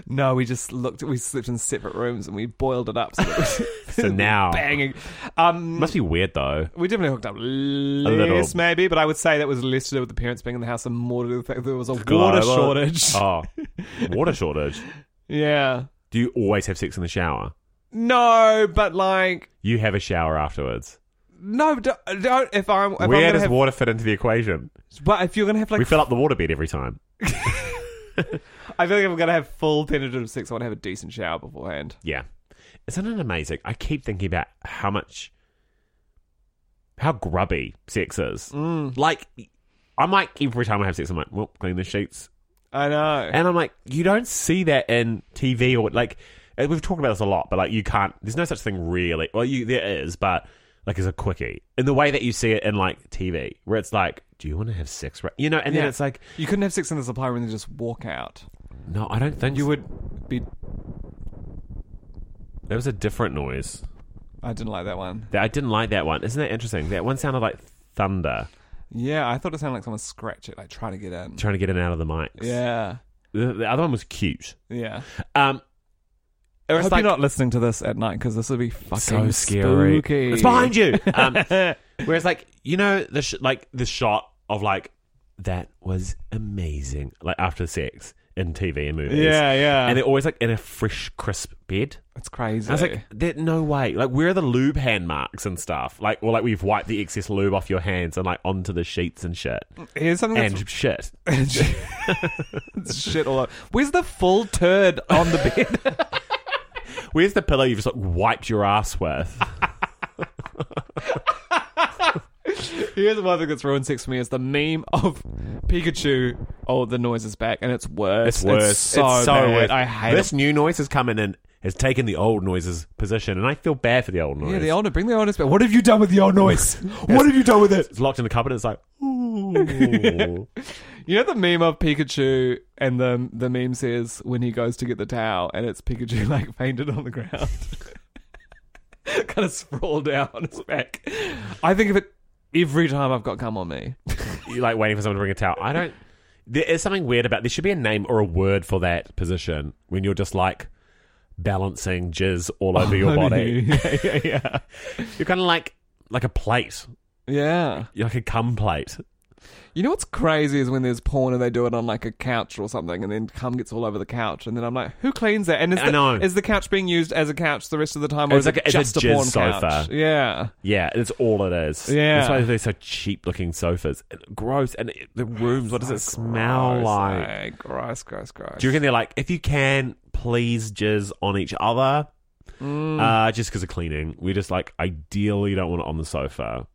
[SPEAKER 2] No, we just looked. We slept in separate rooms and we boiled it up. So,
[SPEAKER 1] <laughs>
[SPEAKER 2] it was
[SPEAKER 1] So now.
[SPEAKER 2] banging. Um,
[SPEAKER 1] Must be weird though.
[SPEAKER 2] we definitely hooked up
[SPEAKER 1] little.
[SPEAKER 2] less, maybe, but I would say that was less to do with the parents being in the house and more to do with the fact that there was a water
[SPEAKER 1] Global-
[SPEAKER 2] shortage.
[SPEAKER 1] Oh,
[SPEAKER 2] <laughs>
[SPEAKER 1] water shortage.
[SPEAKER 2] Yeah.
[SPEAKER 1] Do you always have sex in the shower?
[SPEAKER 2] No, but like,
[SPEAKER 1] You have a shower afterwards.
[SPEAKER 2] no, don't. don't if I'm, if
[SPEAKER 1] Where
[SPEAKER 2] I'm
[SPEAKER 1] does
[SPEAKER 2] gonna have,
[SPEAKER 1] water fit into the equation?
[SPEAKER 2] but if you're gonna have like,
[SPEAKER 1] we fill up the water bed every time.
[SPEAKER 2] I feel like if I'm gonna have full penetrative sex, I want to have a decent shower beforehand.
[SPEAKER 1] Yeah. Isn't it amazing? I keep thinking about how much, how grubby sex is.
[SPEAKER 2] Mm.
[SPEAKER 1] Like, I'm like, every time I have sex, I'm like, well, clean the sheets.
[SPEAKER 2] I know.
[SPEAKER 1] And I'm like, you don't see that in TV or like, and we've talked about this a lot, but like, you can't, there's no such thing really. Well, you, there is, but like, as a quickie in the way that you see it in like TV, where it's like, do you want to have sex? Right? You know, and then
[SPEAKER 2] Yeah.
[SPEAKER 1] it's like,
[SPEAKER 2] you couldn't have sex in the supply room and just walk out.
[SPEAKER 1] no, I don't think
[SPEAKER 2] You would be.
[SPEAKER 1] That was a different noise.
[SPEAKER 2] I didn't like that one.
[SPEAKER 1] That- I didn't like that one. Isn't that interesting? That one sounded like thunder
[SPEAKER 2] Yeah, I thought it sounded like someone scratch it, like trying to get in.
[SPEAKER 1] trying to get in and out of the mics.
[SPEAKER 2] Yeah,
[SPEAKER 1] The, the other one was cute.
[SPEAKER 2] yeah.
[SPEAKER 1] Um, it
[SPEAKER 2] I
[SPEAKER 1] was
[SPEAKER 2] hope
[SPEAKER 1] like
[SPEAKER 2] you're not listening to this at night because this would be fucking
[SPEAKER 1] so scary.
[SPEAKER 2] Spooky.
[SPEAKER 1] It's behind
[SPEAKER 2] <laughs>
[SPEAKER 1] you. Um, whereas, like you know, the sh- like the shot of like that was amazing. Like after sex in TV and movies.
[SPEAKER 2] Yeah, yeah.
[SPEAKER 1] And they're always like in a fresh, crisp bed.
[SPEAKER 2] It's crazy.
[SPEAKER 1] I was like, there, no way. Like, where are the lube hand marks and stuff? Like, or like we've wiped the excess lube off your hands and like onto the sheets and shit.
[SPEAKER 2] here's something that's
[SPEAKER 1] and shit.
[SPEAKER 2] <laughs>
[SPEAKER 1] <laughs>
[SPEAKER 2] it's shit all over. Where's the full turd on the bed?
[SPEAKER 1] Where's the pillow you've just like wiped your ass with?
[SPEAKER 2] Ah, here's one thing that's ruined sex for me is the meme of Pikachu. Oh, the noise is back, and it's worse.
[SPEAKER 1] It's worse.
[SPEAKER 2] so, bad.
[SPEAKER 1] worse.
[SPEAKER 2] I hate
[SPEAKER 1] this
[SPEAKER 2] it.
[SPEAKER 1] new noise has come in and has taken the old noise's position, and I feel bad for the old noise.
[SPEAKER 2] Yeah, the older. Bring the oldest back. What have you done with the
[SPEAKER 1] <laughs>
[SPEAKER 2] old noise? what have you done with it?
[SPEAKER 1] It's locked in the cupboard. It's
[SPEAKER 2] <laughs>
[SPEAKER 1] like, ooh.
[SPEAKER 2] You know the meme of Pikachu, and the the meme says when he goes to get the towel, and it's Pikachu <laughs> like fainted on the ground, <laughs> kind of sprawled out on his back. I think of it every time I've got cum on me.
[SPEAKER 1] You're like waiting for someone to bring a towel. I don't. There is something weird about. There should be a name or a word for that position when you're just like balancing jizz all over
[SPEAKER 2] <laughs>
[SPEAKER 1] your body.
[SPEAKER 2] Oh, yeah, yeah, yeah.
[SPEAKER 1] <laughs> You're kind of like like a plate.
[SPEAKER 2] Yeah.
[SPEAKER 1] You're like a cum plate.
[SPEAKER 2] You know what's crazy is when there's porn and they do it on like a couch or something, and then cum gets all over the couch, and then I'm like, who cleans that? And is
[SPEAKER 1] I
[SPEAKER 2] the,
[SPEAKER 1] know.
[SPEAKER 2] is the couch being used as a couch the rest of the time, or
[SPEAKER 1] It's
[SPEAKER 2] is
[SPEAKER 1] like a- it's
[SPEAKER 2] it
[SPEAKER 1] a
[SPEAKER 2] just a,
[SPEAKER 1] jizz
[SPEAKER 2] porn couch?
[SPEAKER 1] sofa.
[SPEAKER 2] Yeah.
[SPEAKER 1] Yeah, that's all it is.
[SPEAKER 2] Yeah.
[SPEAKER 1] That's why they're so cheap looking sofas. And Gross. And it- the rooms, what does it smell
[SPEAKER 2] Gross,
[SPEAKER 1] Oh, like?
[SPEAKER 2] eh? Gross, gross, gross.
[SPEAKER 1] Do you reckon they're like, if you can, please jizz on each other?
[SPEAKER 2] Mm.
[SPEAKER 1] Uh, just because of cleaning. We just like, ideally don't want it on the sofa.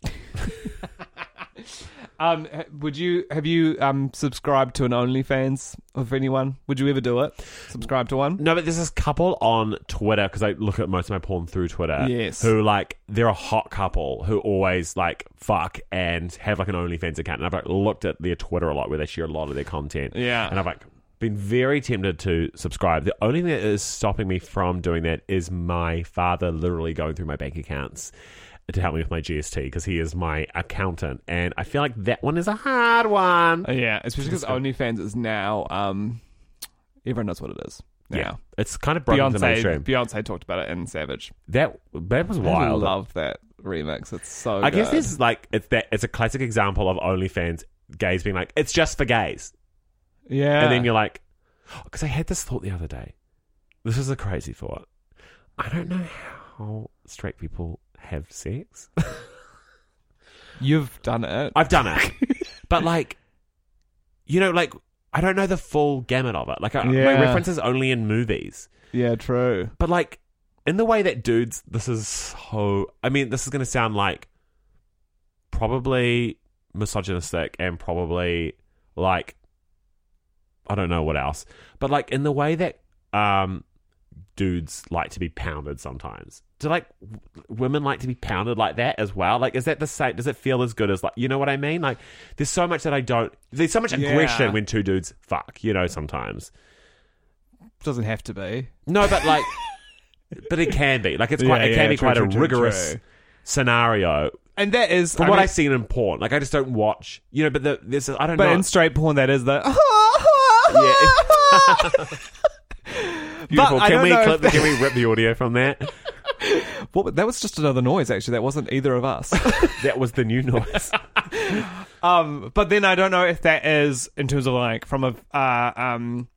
[SPEAKER 2] Um, h- would you have you um subscribed to an OnlyFans of anyone? Would you ever do it? Subscribe to one?
[SPEAKER 1] No, but there's this couple on Twitter, because I look at most of my porn through Twitter.
[SPEAKER 2] Yes.
[SPEAKER 1] Who like, they're a hot couple who always like fuck and have like an OnlyFans account. And I've like looked at their Twitter a lot where they share a lot of their content.
[SPEAKER 2] Yeah.
[SPEAKER 1] And I've like been very tempted to subscribe. The only thing that is stopping me from doing that is my father literally going through my bank accounts to help me with my GST because he is my accountant. And I feel like that one is a hard one.
[SPEAKER 2] Uh, yeah, especially because OnlyFans is now um, everyone knows what it is.
[SPEAKER 1] Yeah.
[SPEAKER 2] Yeah.
[SPEAKER 1] It's kind of broken to the mainstream.
[SPEAKER 2] Beyonce, Beyonce talked about it in Savage.
[SPEAKER 1] That that was wild.
[SPEAKER 2] I love that remix. It's so
[SPEAKER 1] I guess
[SPEAKER 2] good.
[SPEAKER 1] this is like it's that it's a classic example of OnlyFans gays being like it's just for gays,
[SPEAKER 2] Yeah.
[SPEAKER 1] and then you're like, because I had this thought the other day. This is a crazy thought. I don't know how straight people have sex.
[SPEAKER 2] <laughs> You've done it.
[SPEAKER 1] I've done it, but like, you know, like I don't know the full gamut of it. Like I, my
[SPEAKER 2] Yeah.
[SPEAKER 1] references only in movies.
[SPEAKER 2] yeah, true.
[SPEAKER 1] But like in the way that dudes, this is so. I mean, this is going to sound like probably misogynistic and probably like I don't know what else. But like in the way that um dudes like to be pounded sometimes. Do like w- women like to be pounded like that as well? Like is that the same? Does it feel as good as like you know what I mean? Like there's so much that I don't. There's so much aggression
[SPEAKER 2] Yeah.
[SPEAKER 1] when two dudes fuck. You know sometimes.
[SPEAKER 2] Doesn't have to be.
[SPEAKER 1] No, but <laughs> like, but it can be like it's quite.
[SPEAKER 2] Yeah,
[SPEAKER 1] it can
[SPEAKER 2] yeah,
[SPEAKER 1] be
[SPEAKER 2] true,
[SPEAKER 1] quite a
[SPEAKER 2] true, true,
[SPEAKER 1] rigorous
[SPEAKER 2] true.
[SPEAKER 1] scenario
[SPEAKER 2] And that is
[SPEAKER 1] from what
[SPEAKER 2] mean-
[SPEAKER 1] I've seen in porn. Like I just don't watch, you know. But the, this is- I don't
[SPEAKER 2] But
[SPEAKER 1] know.
[SPEAKER 2] in straight porn, that is
[SPEAKER 1] <laughs>
[SPEAKER 2] the. <laughs>
[SPEAKER 1] Beautiful.
[SPEAKER 2] I
[SPEAKER 1] can
[SPEAKER 2] don't
[SPEAKER 1] we
[SPEAKER 2] know if
[SPEAKER 1] clip? Can <laughs> we rip the audio from that?
[SPEAKER 2] What, that was just another noise, actually. That wasn't either
[SPEAKER 1] <laughs>
[SPEAKER 2] of us.
[SPEAKER 1] That was the new noise.
[SPEAKER 2] um, but then I don't know if that is in terms of like from a uh, um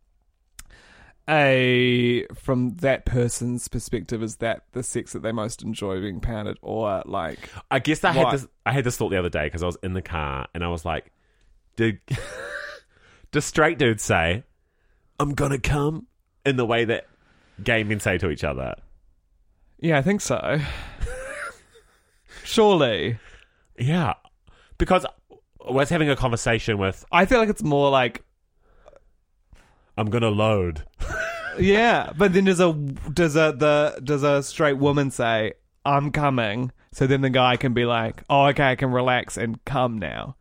[SPEAKER 2] a from that person's perspective. Is that the sex that they most enjoy being pounded, or like
[SPEAKER 1] I guess I had
[SPEAKER 2] Right.
[SPEAKER 1] this. I had this thought the other day because I was in the car and I was like, "Did <laughs> does straight dudes say, I'm gonna come?' in the way that gay men say to each other?
[SPEAKER 2] yeah, I think so. Surely,
[SPEAKER 1] Yeah, because I was having a conversation with
[SPEAKER 2] I feel like it's more like
[SPEAKER 1] I'm gonna load.
[SPEAKER 2] Yeah, but then does a does a the does a straight woman say I'm coming? So then the guy can be like, "Oh, okay, I can relax and come now."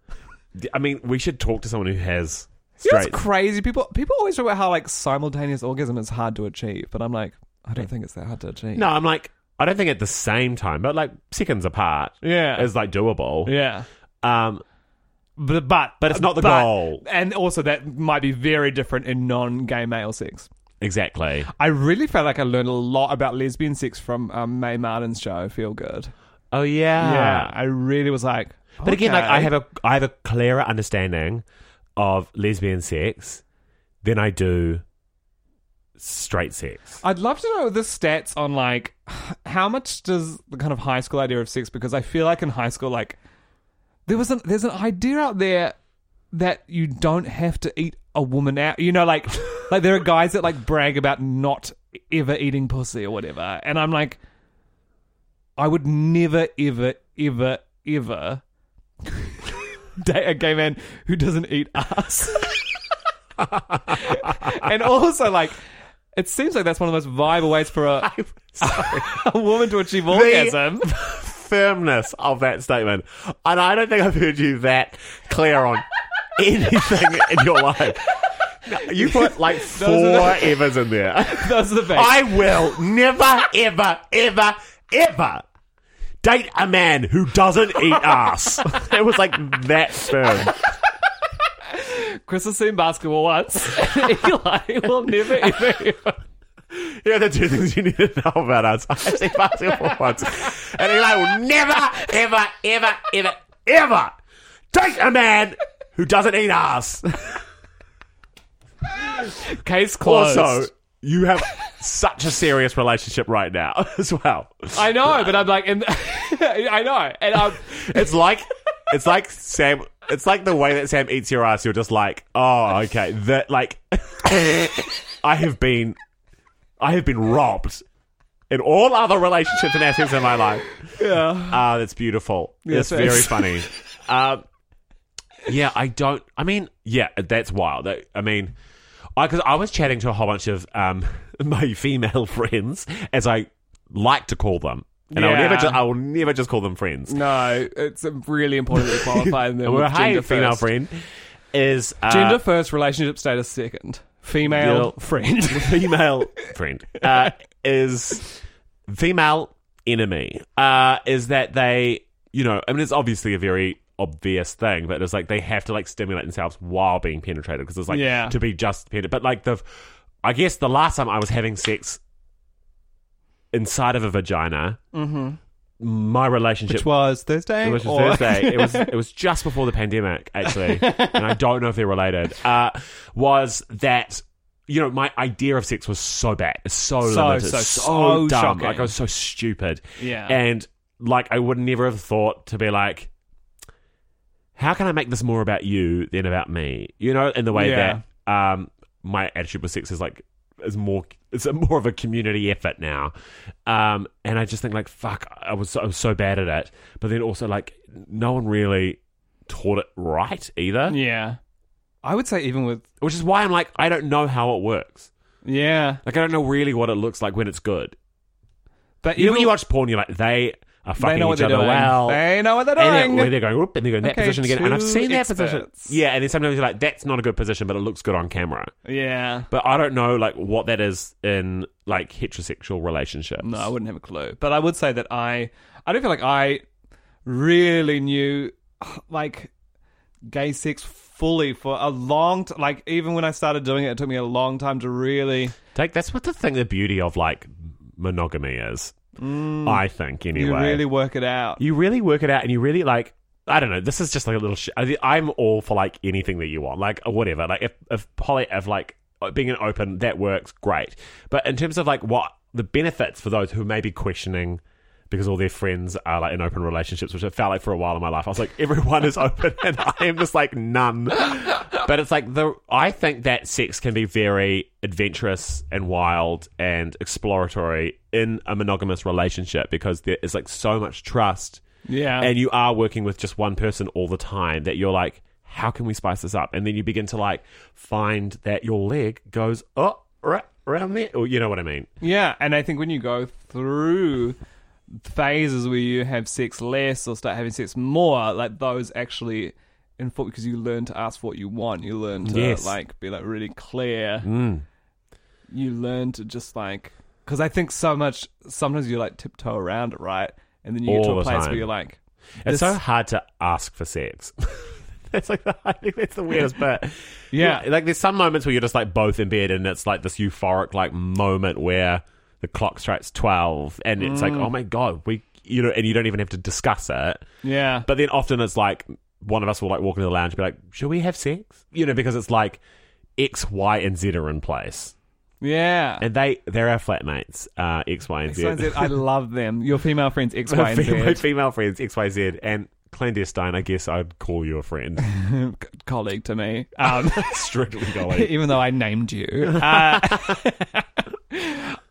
[SPEAKER 1] I mean, we should talk to someone who has
[SPEAKER 2] You know
[SPEAKER 1] straight.
[SPEAKER 2] what's
[SPEAKER 1] <laughs>
[SPEAKER 2] crazy. People people always talk about how like simultaneous orgasm is hard to achieve, but I'm like, I don't think it's that hard to achieve.
[SPEAKER 1] no, I'm like, I don't think at the same time, but like seconds apart
[SPEAKER 2] Yeah.
[SPEAKER 1] is like doable.
[SPEAKER 2] yeah.
[SPEAKER 1] Um,
[SPEAKER 2] But, but
[SPEAKER 1] But it's not the goal.
[SPEAKER 2] and also that might be very different in non-gay male sex.
[SPEAKER 1] exactly.
[SPEAKER 2] I really felt like I learned a lot about lesbian sex from um, Mae Martin's show, Feel Good.
[SPEAKER 1] Oh yeah,
[SPEAKER 2] yeah, I really was like,
[SPEAKER 1] But again, like I
[SPEAKER 2] okay.
[SPEAKER 1] have a I have a clearer understanding of lesbian sex than I do straight sex.
[SPEAKER 2] <laughs> I'd love to know the stats on like how much does the kind of high school idea of sex because I feel like in high school like there was an there's an idea out there that you don't have to eat a woman out. You know, like like there are guys that like brag about not ever eating pussy or whatever, and I'm like, I would never ever ever ever date a gay man who doesn't eat ass. <laughs> and also like. It seems like that's one of the most viable ways for a, a woman to achieve orgasm.
[SPEAKER 1] <laughs>
[SPEAKER 2] <laughs>
[SPEAKER 1] firmness of that statement, and I don't think I've heard you that clear
[SPEAKER 2] <laughs>
[SPEAKER 1] on anything in your life. You put like four
[SPEAKER 2] are
[SPEAKER 1] evers in there.
[SPEAKER 2] Those are the best.
[SPEAKER 1] I will never, ever, ever, ever date a man who doesn't eat ass. <laughs> it was like that firm.
[SPEAKER 2] Chris has seen basketball once. <laughs> Eli will never ever. ever.
[SPEAKER 1] You know the two things you need to know about us. I've seen basketball once. And Eli will never, ever, ever, ever, ever date a man who doesn't eat ass.
[SPEAKER 2] <laughs> Case closed.
[SPEAKER 1] Also, you have such a serious relationship right now <laughs> as well.
[SPEAKER 2] I know, but I'm like, and, <laughs> I know, and I'm.
[SPEAKER 1] It's like it's like Sam. It's like the way that Sam eats your ass. You're just like, oh, okay. That like, <laughs> I have been, I have been robbed in all other relationships and aspects of my life.
[SPEAKER 2] Yeah.
[SPEAKER 1] Ah, that's beautiful.
[SPEAKER 2] Yes,
[SPEAKER 1] that's very
[SPEAKER 2] thanks.
[SPEAKER 1] funny. Um, yeah, I don't. I mean, yeah, that's wild. That- I mean, because I, was chatting to a whole bunch of um, <laughs> my female friends, as I like to call them, and I will never,
[SPEAKER 2] Yeah.
[SPEAKER 1] ju- I will never just call them friends.
[SPEAKER 2] <laughs> No, it's really important that you qualify them.
[SPEAKER 1] <laughs> Well,
[SPEAKER 2] with
[SPEAKER 1] hi,
[SPEAKER 2] gender
[SPEAKER 1] female
[SPEAKER 2] first.
[SPEAKER 1] friend. Is uh,
[SPEAKER 2] Gender first, relationship status second. Female
[SPEAKER 1] Yeah. <laughs>
[SPEAKER 2] friend. <laughs>
[SPEAKER 1] female friend uh, is female enemy. Uh, is that they, you know, I mean, it's obviously a very obvious thing, but it's like they have to like stimulate themselves while being penetrated because it's like
[SPEAKER 2] Yeah.
[SPEAKER 1] to be just penetrated, but like the. I guess the last time I was having sex inside of a vagina, my relationship
[SPEAKER 2] Mm-hmm. Which was Thursday.
[SPEAKER 1] it was
[SPEAKER 2] or-
[SPEAKER 1] Thursday. It was it was just before the pandemic, actually, and I don't know if they're related. Uh, was that you know my idea of sex was so bad, so,
[SPEAKER 2] So,
[SPEAKER 1] limited,
[SPEAKER 2] so,
[SPEAKER 1] so,
[SPEAKER 2] so
[SPEAKER 1] dumb.
[SPEAKER 2] shocking.
[SPEAKER 1] Like I was so stupid,
[SPEAKER 2] Yeah.
[SPEAKER 1] and like I would never have thought to be like, how can I make this more about you than about me? You know, in the way
[SPEAKER 2] Yeah.
[SPEAKER 1] that um my attitude with sex is like is more it's a more of a community effort now. Um and I just think like fuck I was so, I was so bad at it. But then also like no one really taught it right either.
[SPEAKER 2] <laughs> yeah. I would say even with
[SPEAKER 1] Which is why I'm like I don't know how it works.
[SPEAKER 2] yeah,
[SPEAKER 1] Like I don't know really what it looks like when it's good.
[SPEAKER 2] but
[SPEAKER 1] You know
[SPEAKER 2] even
[SPEAKER 1] when you watch porn you're like they are fucking
[SPEAKER 2] they know what
[SPEAKER 1] each
[SPEAKER 2] they're
[SPEAKER 1] other
[SPEAKER 2] doing.
[SPEAKER 1] well.
[SPEAKER 2] They know what they're
[SPEAKER 1] And
[SPEAKER 2] doing.
[SPEAKER 1] they're, they're going, whoop, and they're going that
[SPEAKER 2] Okay,
[SPEAKER 1] position again. And I've
[SPEAKER 2] two
[SPEAKER 1] seen that position.
[SPEAKER 2] experts.
[SPEAKER 1] Yeah, and then sometimes you're like, that's not a good position, but it looks good on camera.
[SPEAKER 2] <laughs> yeah.
[SPEAKER 1] But I don't know, like, what that is in, like, heterosexual relationships.
[SPEAKER 2] No, I wouldn't have a clue. But I would say that I I don't feel like I really knew <sighs> like gay sex fully for a long t- like even when I started doing it it took me a long time to really
[SPEAKER 1] Like, that's what the thing, the beauty of, like, monogamy is. I think, anyway.
[SPEAKER 2] Mm. you really work it out.
[SPEAKER 1] you really work it out and you really like I don't know. This is just like a little. Sh- I- I'm all for like anything that you want, like whatever. Like if if poly if like uh, being an open that works, great. But in terms of like what the benefits for those who may be questioning because all their friends are like in open relationships, which it felt like for a while in my life, I was like <laughs> everyone is open and I am just like none. But it's like the I think that sex can be very adventurous and wild and exploratory in a monogamous relationship because there is like so much trust
[SPEAKER 2] yeah.
[SPEAKER 1] and you are working with just one person all the time that you're like how can we spice this up and then you begin to like find that your leg goes up right around there or you know what i mean
[SPEAKER 2] Yeah, and I think when you go through phases where you have sex less or start having sex more, like those actually inform because you learn to ask for what you want. You learn to
[SPEAKER 1] Yes. Mm.
[SPEAKER 2] like be like really clear. You learn to just like because I think so much. Sometimes you like tiptoe around it, right? And then you get to
[SPEAKER 1] All the
[SPEAKER 2] a place
[SPEAKER 1] time.
[SPEAKER 2] where you're like,
[SPEAKER 1] it's
[SPEAKER 2] This-
[SPEAKER 1] so hard to ask for sex <laughs> that's like the, i think that's the weirdest bit
[SPEAKER 2] Yeah.
[SPEAKER 1] <laughs> like, there's some moments where you're just like both in bed and it's like this euphoric like moment where the clock strikes 12 and it's like oh
[SPEAKER 2] Mm.
[SPEAKER 1] my god we you know and you don't even have to discuss it
[SPEAKER 2] yeah,
[SPEAKER 1] But then often it's like one of us will like walk into the lounge and be like, "Should we have sex?" You know, because it's like X, Y, and Z are in place,
[SPEAKER 2] yeah.
[SPEAKER 1] and they they're our flatmates, uh, X, Y, and
[SPEAKER 2] X,
[SPEAKER 1] Z. <laughs>
[SPEAKER 2] Y, and Z, I love them. Your female friends, X, Y,
[SPEAKER 1] my
[SPEAKER 2] and Z.
[SPEAKER 1] female friends, X, Y, Z, and clandestine. I guess I'd call you a friend,
[SPEAKER 2] <laughs>
[SPEAKER 1] <laughs>
[SPEAKER 2] colleague to me. Um, <laughs>
[SPEAKER 1] strictly going.
[SPEAKER 2] even though I named you. Uh, <laughs>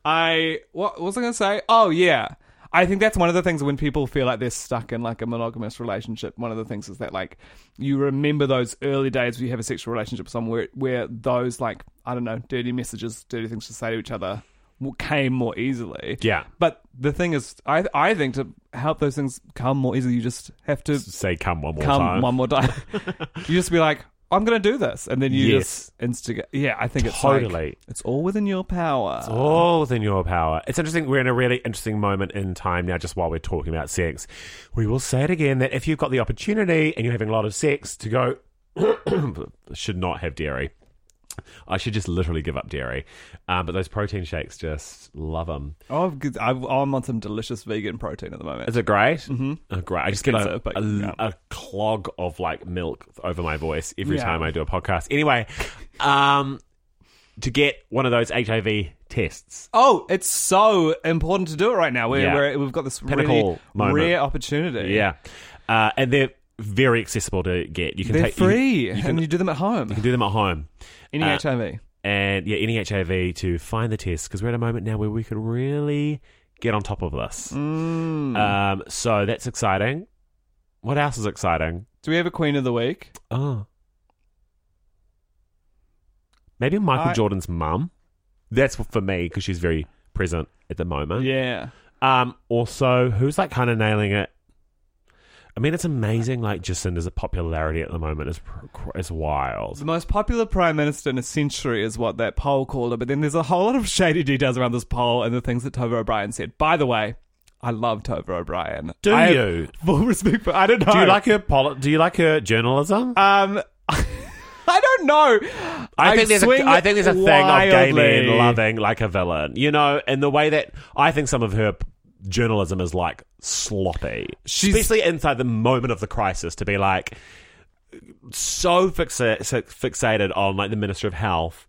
[SPEAKER 2] I what was I going to say? Oh yeah, I think that's one of the things when people feel like they're stuck in like a monogamous relationship. One of the things is that like you remember those early days where you have a sexual relationship somewhere where those like I don't know dirty messages, dirty things to say to each other w- came more easily.
[SPEAKER 1] Yeah.
[SPEAKER 2] But the thing is, I I think to help those things come more easily, you just have to
[SPEAKER 1] Say come one more
[SPEAKER 2] come
[SPEAKER 1] time.
[SPEAKER 2] one more time. <laughs> you just be like, I'm gonna do this, and then you
[SPEAKER 1] Yes.
[SPEAKER 2] just instigate. Yeah, I think it's
[SPEAKER 1] Totally.
[SPEAKER 2] like- it's all within your power.
[SPEAKER 1] It's all within your power. It's interesting. We're in a really interesting moment in time now, just while we're talking about sex. We will say it again that if you've got the opportunity and you're having a lot of sex, to go, <coughs> should not have dairy. I should just literally give up dairy. Um, but those protein shakes, just love them.
[SPEAKER 2] oh, good. I, I'm on some delicious vegan protein at the moment.
[SPEAKER 1] Is it great? Mm-hmm. Oh, great. I just get a,
[SPEAKER 2] Expensive, but
[SPEAKER 1] a,
[SPEAKER 2] yeah.
[SPEAKER 1] a clog of like milk over my voice every
[SPEAKER 2] Yeah.
[SPEAKER 1] time I do a podcast. Anyway, um, to get one of those HIV tests.
[SPEAKER 2] Oh, it's so important to do it right now. We're,
[SPEAKER 1] Yeah.
[SPEAKER 2] we're, we've got this
[SPEAKER 1] Pinnacle
[SPEAKER 2] really
[SPEAKER 1] moment.
[SPEAKER 2] rare opportunity.
[SPEAKER 1] Yeah, uh, and they're very accessible to get. You can
[SPEAKER 2] They're
[SPEAKER 1] take you-
[SPEAKER 2] free,
[SPEAKER 1] You, can,
[SPEAKER 2] and you do them at home.
[SPEAKER 1] do them at home,
[SPEAKER 2] Any
[SPEAKER 1] uh,
[SPEAKER 2] HIV.
[SPEAKER 1] and yeah, any HIV to find the test because we're at a moment now where we could really get on top of this.
[SPEAKER 2] Mm.
[SPEAKER 1] Um, so that's exciting. What else is exciting?
[SPEAKER 2] Do we have a queen of the week?
[SPEAKER 1] Oh, maybe Michael
[SPEAKER 2] I-
[SPEAKER 1] Jordan's mum. That's for me because she's very present at the moment.
[SPEAKER 2] Yeah.
[SPEAKER 1] Um, also, who's like kind of nailing it? I mean, it's amazing. Like Jacinda's popularity at the moment is pr- is
[SPEAKER 2] The
[SPEAKER 1] wild.
[SPEAKER 2] most popular prime minister in a century is what that poll called her, but then there's a whole lot of shady details around this poll and the things that Tova O'Brien said. By the way, I love Tova O'Brien.
[SPEAKER 1] Do
[SPEAKER 2] I have
[SPEAKER 1] you?
[SPEAKER 2] Full respect for I don't know.
[SPEAKER 1] Do you like her? Poli- do you like her journalism?
[SPEAKER 2] um <laughs> I don't know.
[SPEAKER 1] I think there's
[SPEAKER 2] swing
[SPEAKER 1] a, I think there's a thing of gay
[SPEAKER 2] wildly.
[SPEAKER 1] men loving like a villain, you know, and the way that I think some of her p- journalism is like sloppy,
[SPEAKER 2] She's-
[SPEAKER 1] especially inside the moment of the crisis to be like so fixa- so fixated on like the Minister of Health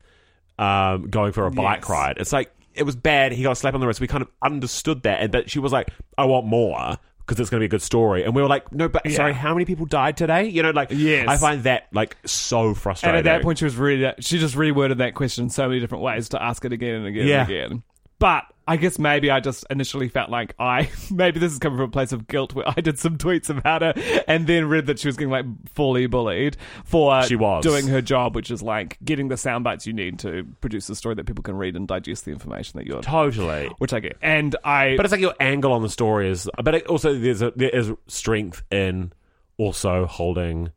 [SPEAKER 1] um, going for a bike
[SPEAKER 2] Yes.
[SPEAKER 1] ride. It's like it was bad. He got a slap on the wrist. We kind of understood that, and but she was like, "I want more." Because it's going to be a good story, and we were like, "No, but sorry, how many people died today?" You know, like,
[SPEAKER 2] Yes.
[SPEAKER 1] I find that like so
[SPEAKER 2] And
[SPEAKER 1] frustrating.
[SPEAKER 2] at that point, she was really she just reworded that question so many different ways to ask it again and again
[SPEAKER 1] Yeah.
[SPEAKER 2] and again. But I guess maybe I just initially felt like I <laughs> maybe this is coming from a place of guilt where I did some tweets about her and then read that she was getting like fully bullied for
[SPEAKER 1] She was.
[SPEAKER 2] doing her job, which is like getting the sound bites you need to produce a story that people can read and digest the information that you're.
[SPEAKER 1] Totally.
[SPEAKER 2] Which I get, and I
[SPEAKER 1] But it's like your angle on the story is. But it also there's a, there is strength in also holding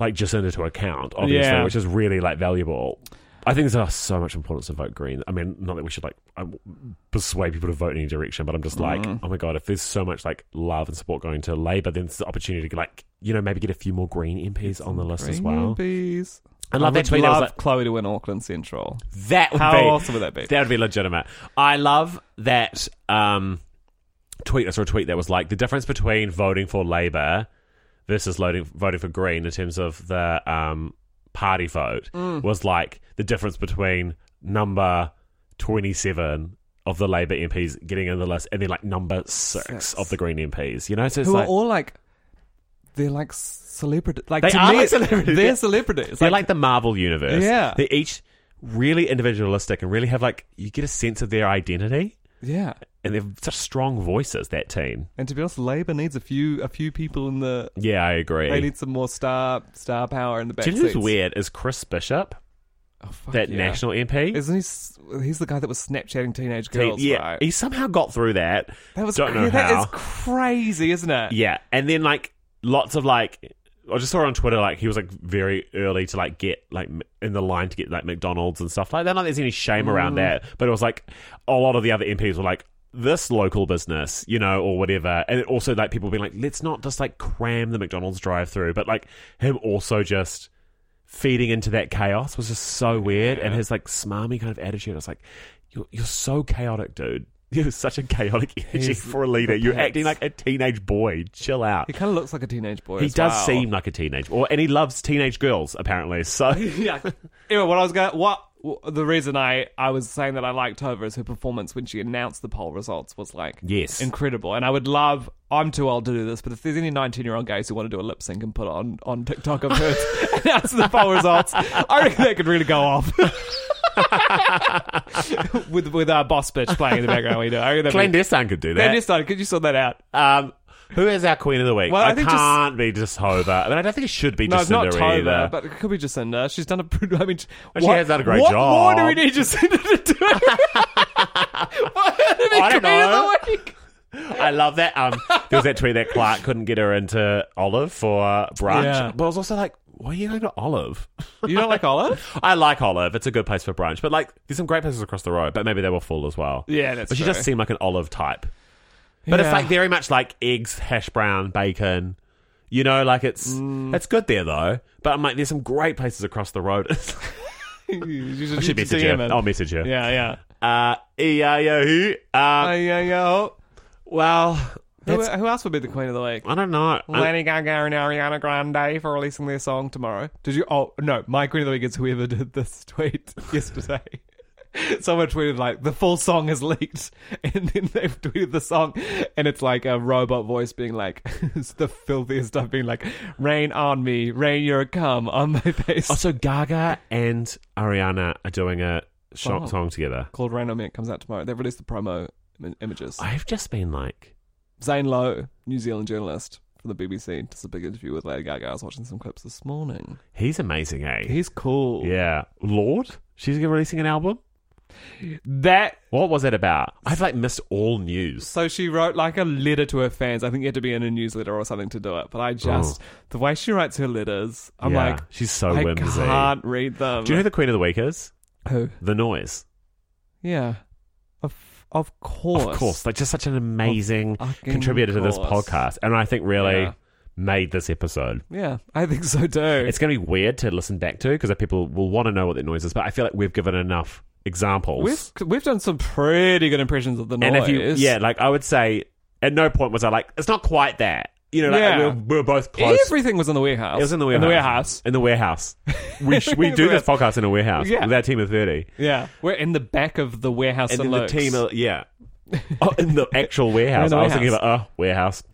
[SPEAKER 1] like Jacinda to account, obviously,
[SPEAKER 2] Yeah.
[SPEAKER 1] which is really like valuable. I think there's so much importance to vote green. I mean, not that we should like um, persuade people to vote in any direction, but I'm just like, oh my god, if there's so much like love and support going to Labour, then it's the opportunity to like you know maybe get a few more Green MPs on the list as well.
[SPEAKER 2] Bees.
[SPEAKER 1] I love
[SPEAKER 2] I
[SPEAKER 1] that
[SPEAKER 2] would
[SPEAKER 1] tweet. that was
[SPEAKER 2] Love
[SPEAKER 1] like,
[SPEAKER 2] Chloe to win Auckland Central.
[SPEAKER 1] That would
[SPEAKER 2] How
[SPEAKER 1] be,
[SPEAKER 2] awesome would that be?
[SPEAKER 1] That would be legitimate. I love that um, tweet. I saw a tweet that was like the difference between voting for Labour versus loading, voting for Green in terms of the um, party vote
[SPEAKER 2] Mm.
[SPEAKER 1] was like the difference between number twenty-seven of the Labour MPs getting in the list and then like number six,
[SPEAKER 2] Six.
[SPEAKER 1] of the Green MPs. You know, so it's
[SPEAKER 2] who
[SPEAKER 1] like
[SPEAKER 2] are all like they're like celebrities. Like
[SPEAKER 1] They
[SPEAKER 2] to
[SPEAKER 1] are
[SPEAKER 2] me,
[SPEAKER 1] like celebrities.
[SPEAKER 2] They're celebrities.
[SPEAKER 1] They're like, the Marvel universe.
[SPEAKER 2] Yeah.
[SPEAKER 1] They're each really individualistic and really have like you get a sense of their identity.
[SPEAKER 2] yeah.
[SPEAKER 1] And they have such strong voices, that team.
[SPEAKER 2] And to be honest, Labour needs a few a few people in the.
[SPEAKER 1] Yeah, I agree.
[SPEAKER 2] They need some more star star power in the back.
[SPEAKER 1] Do you know who's
[SPEAKER 2] seats.
[SPEAKER 1] weird is Chris Bishop,
[SPEAKER 2] Oh, fuck
[SPEAKER 1] that
[SPEAKER 2] yeah.
[SPEAKER 1] national MP.
[SPEAKER 2] Isn't he? s- He's the guy that was Snapchatting teenage
[SPEAKER 1] He-
[SPEAKER 2] girls.
[SPEAKER 1] yeah,
[SPEAKER 2] right?
[SPEAKER 1] he somehow got through that.
[SPEAKER 2] that was
[SPEAKER 1] don't
[SPEAKER 2] cra-
[SPEAKER 1] know
[SPEAKER 2] that
[SPEAKER 1] how.
[SPEAKER 2] is crazy, isn't it?
[SPEAKER 1] Yeah, and then like lots of like, I just saw on Twitter like he was like very early to like get like m- in the line to get like McDonald's and stuff like that. Not that there's any shame around that, but it was like a lot of the other MPs were like this local business, you know, or whatever, and it also like people being like, let's not just like cram the McDonald's drive-through, but like him also just. feeding into that chaos was just so weird. And his like smarmy kind of attitude, I was like, you're, you're so chaotic, dude. <laughs> You're such a chaotic energy
[SPEAKER 2] He's
[SPEAKER 1] for a leader. You're
[SPEAKER 2] pants.
[SPEAKER 1] acting like a teenage boy. Chill out.
[SPEAKER 2] He kind of looks like a teenage boy.
[SPEAKER 1] He
[SPEAKER 2] as
[SPEAKER 1] does
[SPEAKER 2] well.
[SPEAKER 1] seem like a teenage boy, and he loves teenage girls apparently. So
[SPEAKER 2] <laughs> yeah. Anyway, what I was going, what the reason I I was saying that I liked Tova is her performance when she announced the poll results was like
[SPEAKER 1] Yes.
[SPEAKER 2] incredible, and I would love. I'm too old to do this, but if there's any 19 year old guys who want to do a lip sync and put it on on TikTok of <laughs> her announcing the poll results, I reckon that could really go off. <laughs> with with our boss bitch playing in the background, we do. I reckon that'd be-
[SPEAKER 1] clandestine could do that.
[SPEAKER 2] Clandestine, could you sort that out?
[SPEAKER 1] Um, who is our queen of the week?
[SPEAKER 2] Well, I
[SPEAKER 1] I,
[SPEAKER 2] think just-
[SPEAKER 1] can't be just Hova. I mean, I don't think it should be
[SPEAKER 2] No,
[SPEAKER 1] just
[SPEAKER 2] it's not Tova,
[SPEAKER 1] either.
[SPEAKER 2] but it could be Jacinda. She's done a. <laughs> pretty- I mean,
[SPEAKER 1] she has done a great
[SPEAKER 2] what
[SPEAKER 1] job.
[SPEAKER 2] What more do we need Jacinda to do? <laughs> What do we
[SPEAKER 1] I don't
[SPEAKER 2] need
[SPEAKER 1] know.
[SPEAKER 2] in the week?
[SPEAKER 1] I love that. Um, there was that tweet that Clark couldn't get her into Olive for brunch,
[SPEAKER 2] Yeah.
[SPEAKER 1] but I was also like, why are you going to Olive?
[SPEAKER 2] You don't
[SPEAKER 1] <laughs>
[SPEAKER 2] like Olive?
[SPEAKER 1] I like Olive. It's a good place for brunch. But like, there's some great places across the road. But maybe they were full as well.
[SPEAKER 2] Yeah, that's
[SPEAKER 1] But she
[SPEAKER 2] true.
[SPEAKER 1] does seem like an Olive type. But
[SPEAKER 2] Yeah.
[SPEAKER 1] it's like very much like eggs, hash brown, bacon. You know, like it's
[SPEAKER 2] Mm.
[SPEAKER 1] it's good there though. But I'm like, there's some great places across the road. <laughs>
[SPEAKER 2] you should,
[SPEAKER 1] I should
[SPEAKER 2] you
[SPEAKER 1] message
[SPEAKER 2] DM
[SPEAKER 1] her.
[SPEAKER 2] it.
[SPEAKER 1] I'll message her.
[SPEAKER 2] Yeah, yeah.
[SPEAKER 1] Uh, yeah, yeah. Who? Uh,
[SPEAKER 2] Ay, ay, yo.
[SPEAKER 1] well,
[SPEAKER 2] Who,
[SPEAKER 1] that's,
[SPEAKER 2] who else would be the queen of the week?
[SPEAKER 1] I don't know. I,
[SPEAKER 2] Lady Gaga and Ariana Grande for releasing their song tomorrow. Did you? Oh no, my queen of the week is whoever did this tweet <laughs> yesterday. Someone tweeted like the full song is leaked, <laughs> and then they've tweeted the song, and it's like a robot voice being like, <laughs> it's the filthiest stuff, being like, "Rain on me, rain your cum on my <laughs> face."
[SPEAKER 1] also, Oh, Gaga and Ariana are doing a sh-
[SPEAKER 2] Wow.
[SPEAKER 1] song together.
[SPEAKER 2] Called Rain on me. It comes out tomorrow. They've released the promo im- images.
[SPEAKER 1] I've just been like,
[SPEAKER 2] Zane Lowe, New Zealand journalist for the BBC, does a big interview with Lady Gaga. I was watching some clips this morning.
[SPEAKER 1] he's amazing, eh?
[SPEAKER 2] He's cool.
[SPEAKER 1] Yeah. Lord? She's releasing an album?
[SPEAKER 2] That
[SPEAKER 1] What was it about? I've like missed all news.
[SPEAKER 2] So she wrote like a letter to her fans. I think you had to be in a newsletter or something to do it. But I just the way she writes her letters, I'm
[SPEAKER 1] Oh. Yeah,
[SPEAKER 2] like,
[SPEAKER 1] she's so
[SPEAKER 2] I
[SPEAKER 1] whimsy.
[SPEAKER 2] can't read them.
[SPEAKER 1] Do you know who the Queen of the Week is?
[SPEAKER 2] Who?
[SPEAKER 1] The Noise.
[SPEAKER 2] Yeah, of of course,
[SPEAKER 1] Of course. Like just such an amazing
[SPEAKER 2] fucking
[SPEAKER 1] contributor to this
[SPEAKER 2] course.
[SPEAKER 1] podcast. And I think really
[SPEAKER 2] Yeah.
[SPEAKER 1] made this episode.
[SPEAKER 2] Yeah, I think so too.
[SPEAKER 1] It's going to be weird to listen back to because people will want to know what that noise is. But I feel like we've given enough examples.
[SPEAKER 2] we've we've done some pretty good impressions of the noise.
[SPEAKER 1] and if you, yeah, like I would say, at no point was I like, it's not quite that. You know, like,
[SPEAKER 2] Yeah.
[SPEAKER 1] we're, we're both close.
[SPEAKER 2] everything was in the warehouse.
[SPEAKER 1] it was in the warehouse.
[SPEAKER 2] In the warehouse.
[SPEAKER 1] In the warehouse. We, sh- we
[SPEAKER 2] <laughs>
[SPEAKER 1] do this podcast in a warehouse
[SPEAKER 2] Yeah.
[SPEAKER 1] with our team of 30.
[SPEAKER 2] Yeah, we're in the back of the warehouse.
[SPEAKER 1] and
[SPEAKER 2] of
[SPEAKER 1] then the
[SPEAKER 2] Luke's.
[SPEAKER 1] team, are,
[SPEAKER 2] <laughs>
[SPEAKER 1] yeah, oh, in the actual warehouse.
[SPEAKER 2] the
[SPEAKER 1] I was thinking about oh warehouse,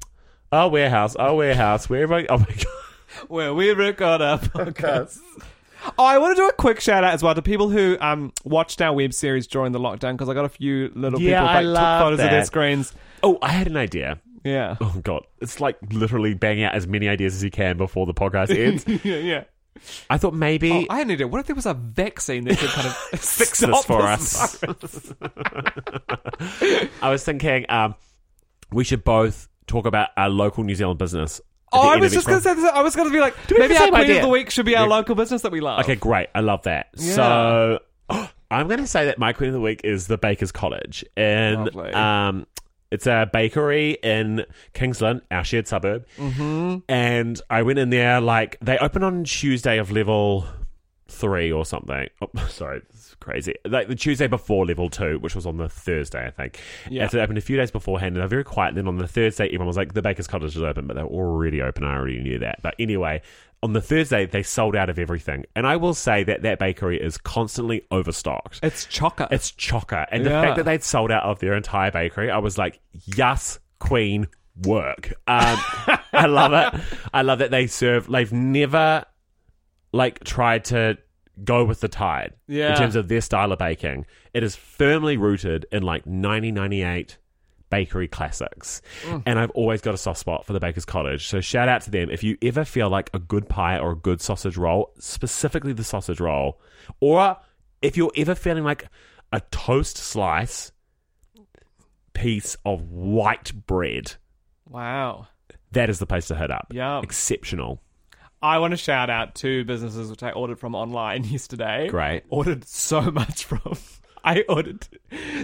[SPEAKER 1] oh warehouse, oh warehouse. Where everybody? Oh my god!
[SPEAKER 2] where we record
[SPEAKER 1] <laughs>
[SPEAKER 2] our podcast. Oh, I want to do a quick shout out as well to people who um, watched our web series during the lockdown because I got a few little
[SPEAKER 1] Yeah,
[SPEAKER 2] people
[SPEAKER 1] I
[SPEAKER 2] like,
[SPEAKER 1] love
[SPEAKER 2] took photos of their
[SPEAKER 1] that.
[SPEAKER 2] screens.
[SPEAKER 1] Oh, I had an idea. <laughs>
[SPEAKER 2] Yeah,
[SPEAKER 1] Oh god! It's like literally bang out as many ideas as you can before the
[SPEAKER 2] <laughs>
[SPEAKER 1] podcast ends.
[SPEAKER 2] yeah, yeah.
[SPEAKER 1] I thought maybe
[SPEAKER 2] Oh, I had an idea. What if there was a vaccine that could
[SPEAKER 1] <laughs>
[SPEAKER 2] kind of
[SPEAKER 1] fix this
[SPEAKER 2] stop
[SPEAKER 1] for
[SPEAKER 2] the <laughs>
[SPEAKER 1] us. I was thinking um, we should both talk about our local New Zealand business. at
[SPEAKER 2] Oh,
[SPEAKER 1] the
[SPEAKER 2] I
[SPEAKER 1] end of
[SPEAKER 2] was
[SPEAKER 1] each
[SPEAKER 2] just going to
[SPEAKER 1] month.
[SPEAKER 2] say this. I was going to be like,
[SPEAKER 1] we have the
[SPEAKER 2] maybe our
[SPEAKER 1] same
[SPEAKER 2] queen
[SPEAKER 1] idea?
[SPEAKER 2] of the week should be our
[SPEAKER 1] Yeah.
[SPEAKER 2] local business that we love.
[SPEAKER 1] Okay, great. I love that. So <gasps> I'm going to say that my queen of the week is the Baker's College, and
[SPEAKER 2] Lovely.
[SPEAKER 1] um, it's a bakery in Kingsland, our shared suburb. Mm-hmm. And I went in there like they open on Tuesday of level three or something. Oh, <laughs> sorry, it's crazy. Like the Tuesday before level two, which was on the Thursday, I think.
[SPEAKER 2] Yeah.
[SPEAKER 1] Yeah. And so they opened a few days beforehand, and they're very quiet. Then on the Thursday, everyone was like, "The Baker's Cottage is open," but they were already open. I already knew that. But anyway, on the Thursday, they sold out of everything. And I will say that that bakery is constantly overstocked.
[SPEAKER 2] It's chocker.
[SPEAKER 1] It's chocker, and the
[SPEAKER 2] Yeah.
[SPEAKER 1] fact that they'd sold out of their entire bakery, I was like, "Yes, Queen." Work. Um, <laughs> I love it. I love that they serve. They've never like tried to go with the tide
[SPEAKER 2] Yeah.
[SPEAKER 1] in terms of their style of baking. It is firmly rooted in like 1998 bakery classics.
[SPEAKER 2] Mm.
[SPEAKER 1] And I've always got a soft spot for the Baker's Cottage. So shout out to them. If you ever feel like a good pie or a good sausage roll, specifically the sausage roll, or if you're ever feeling like a toast slice piece of white bread,
[SPEAKER 2] wow.
[SPEAKER 1] that is the place to hit up.
[SPEAKER 2] Yum.
[SPEAKER 1] Exceptional.
[SPEAKER 2] I want to shout out two businesses which I ordered from online <laughs> yesterday.
[SPEAKER 1] Great.
[SPEAKER 2] Ordered so <laughs> much from. I ordered.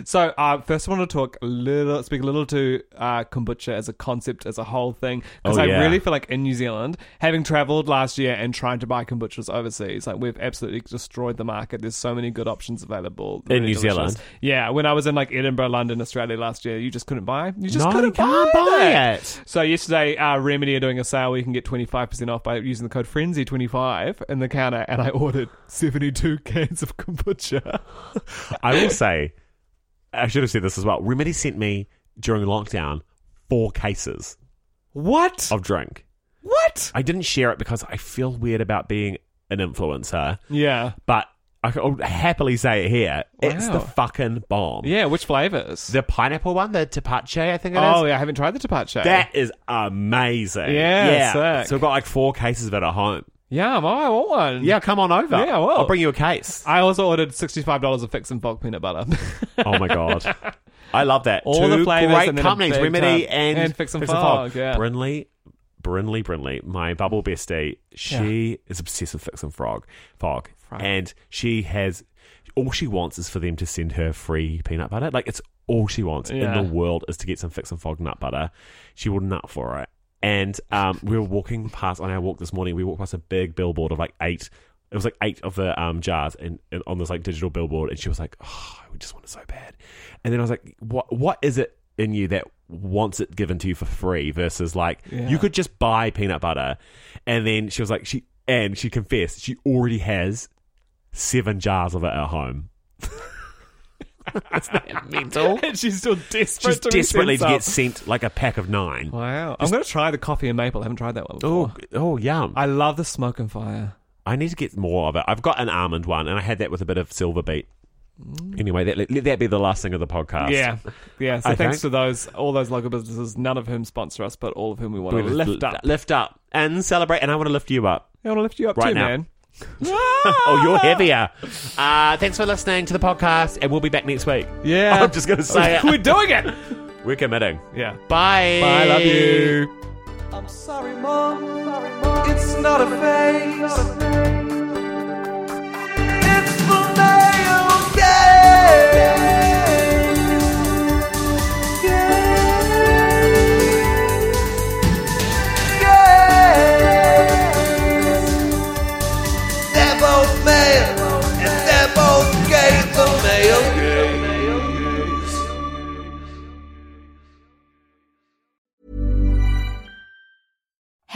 [SPEAKER 2] So uh, first, I want to talk a little, speak a little to uh, kombucha as a concept, as a whole thing, because
[SPEAKER 1] Oh,
[SPEAKER 2] I
[SPEAKER 1] yeah.
[SPEAKER 2] really feel like in New Zealand, having travelled last year and trying to buy kombuchas overseas, like we've absolutely destroyed the market. There's so many good options available
[SPEAKER 1] In
[SPEAKER 2] Really
[SPEAKER 1] New
[SPEAKER 2] delicious.
[SPEAKER 1] Zealand?
[SPEAKER 2] Yeah, when I was in like Edinburgh, London, Australia last year, you just couldn't buy. You just
[SPEAKER 1] No,
[SPEAKER 2] couldn't
[SPEAKER 1] you can't buy it.
[SPEAKER 2] so yesterday, uh, Remedy are doing a sale where you can get 25% off by using the code FRENZY25 in the counter, and I ordered 72 <laughs> cans of
[SPEAKER 1] <laughs>
[SPEAKER 2] kombucha.
[SPEAKER 1] I will say, I should have said this as well. Remedy sent me during lockdown four cases
[SPEAKER 2] What?
[SPEAKER 1] of drink.
[SPEAKER 2] What?
[SPEAKER 1] I didn't share it because I feel weird about being an influencer,
[SPEAKER 2] Yeah.
[SPEAKER 1] but I will happily say it here. It's
[SPEAKER 2] Wow.
[SPEAKER 1] the fucking bomb.
[SPEAKER 2] Yeah, which flavors?
[SPEAKER 1] The pineapple one, the tapache, I think it is.
[SPEAKER 2] oh, yeah, I haven't tried the tapache.
[SPEAKER 1] That is amazing.
[SPEAKER 2] Yeah, sick.
[SPEAKER 1] So I've got like four cases of it at home.
[SPEAKER 2] yeah, oh, I want one.
[SPEAKER 1] Yeah, come on over.
[SPEAKER 2] Yeah, I will.
[SPEAKER 1] I'll bring you a case.
[SPEAKER 2] I also ordered $65 of Fix and Bulk peanut butter.
[SPEAKER 1] Oh my god, I love that.
[SPEAKER 2] All
[SPEAKER 1] Two
[SPEAKER 2] the flavours
[SPEAKER 1] great
[SPEAKER 2] and then a
[SPEAKER 1] companies,
[SPEAKER 2] big
[SPEAKER 1] Remedy
[SPEAKER 2] tub.
[SPEAKER 1] and,
[SPEAKER 2] And Fix and Fog, yeah.
[SPEAKER 1] Brinley, Brinley, Brinley, my bubble bestie. She is obsessed with Fix and Frog, Fog, and she has all she wants is for them to send her free peanut butter. Like it's all she wants in
[SPEAKER 2] Yeah.
[SPEAKER 1] the world is to get some Fix and Fog nut butter. She will nut for it. And um, we were walking past on our walk this morning. We walked past a big billboard of like eight. It was like eight of the um, jars and, and on this like digital billboard, and she was like, "Oh, we just want it so bad." And then I was like, "What? What is it in you that wants it given to you for free versus like you could just buy peanut butter?" And then she was like, "She and she confessed she already has seven jars of it at home."
[SPEAKER 2] Mental. <laughs> and she's still
[SPEAKER 1] Oh.
[SPEAKER 2] desperate
[SPEAKER 1] She's
[SPEAKER 2] to be
[SPEAKER 1] desperately
[SPEAKER 2] sent
[SPEAKER 1] to get
[SPEAKER 2] some.
[SPEAKER 1] sent like a pack of nine.
[SPEAKER 2] Wow. I'm going to try the coffee and maple. I haven't tried that one before.
[SPEAKER 1] Oh, oh, yum!
[SPEAKER 2] I love the smoke and fire.
[SPEAKER 1] I need to get more of it. I've got an almond one, and I had that with a bit of silver beet. Anyway, that, let, let that be the last thing of the podcast.
[SPEAKER 2] Mm. Yeah, yeah. So
[SPEAKER 1] I
[SPEAKER 2] thanks
[SPEAKER 1] think.
[SPEAKER 2] to those all those local businesses, none of whom sponsor us, but all of whom we want
[SPEAKER 1] We
[SPEAKER 2] to lift up.
[SPEAKER 1] lift up, and celebrate. And I want to lift you up.
[SPEAKER 2] I want to lift you up
[SPEAKER 1] Right
[SPEAKER 2] too,
[SPEAKER 1] now.
[SPEAKER 2] man.
[SPEAKER 1] <laughs> Oh,
[SPEAKER 2] Ah!
[SPEAKER 1] you're heavier. Uh, thanks for listening to the podcast, and we'll be back next week.
[SPEAKER 2] Yeah,
[SPEAKER 1] <laughs> I'm just gonna say it.
[SPEAKER 2] <laughs> we're doing
[SPEAKER 1] <laughs>
[SPEAKER 2] it.
[SPEAKER 1] We're committing.
[SPEAKER 2] Yeah,
[SPEAKER 1] Bye.
[SPEAKER 2] I love you.
[SPEAKER 5] I'm sorry, Mom. It's not a phase. It's the male gaze. Gaze. Gaze.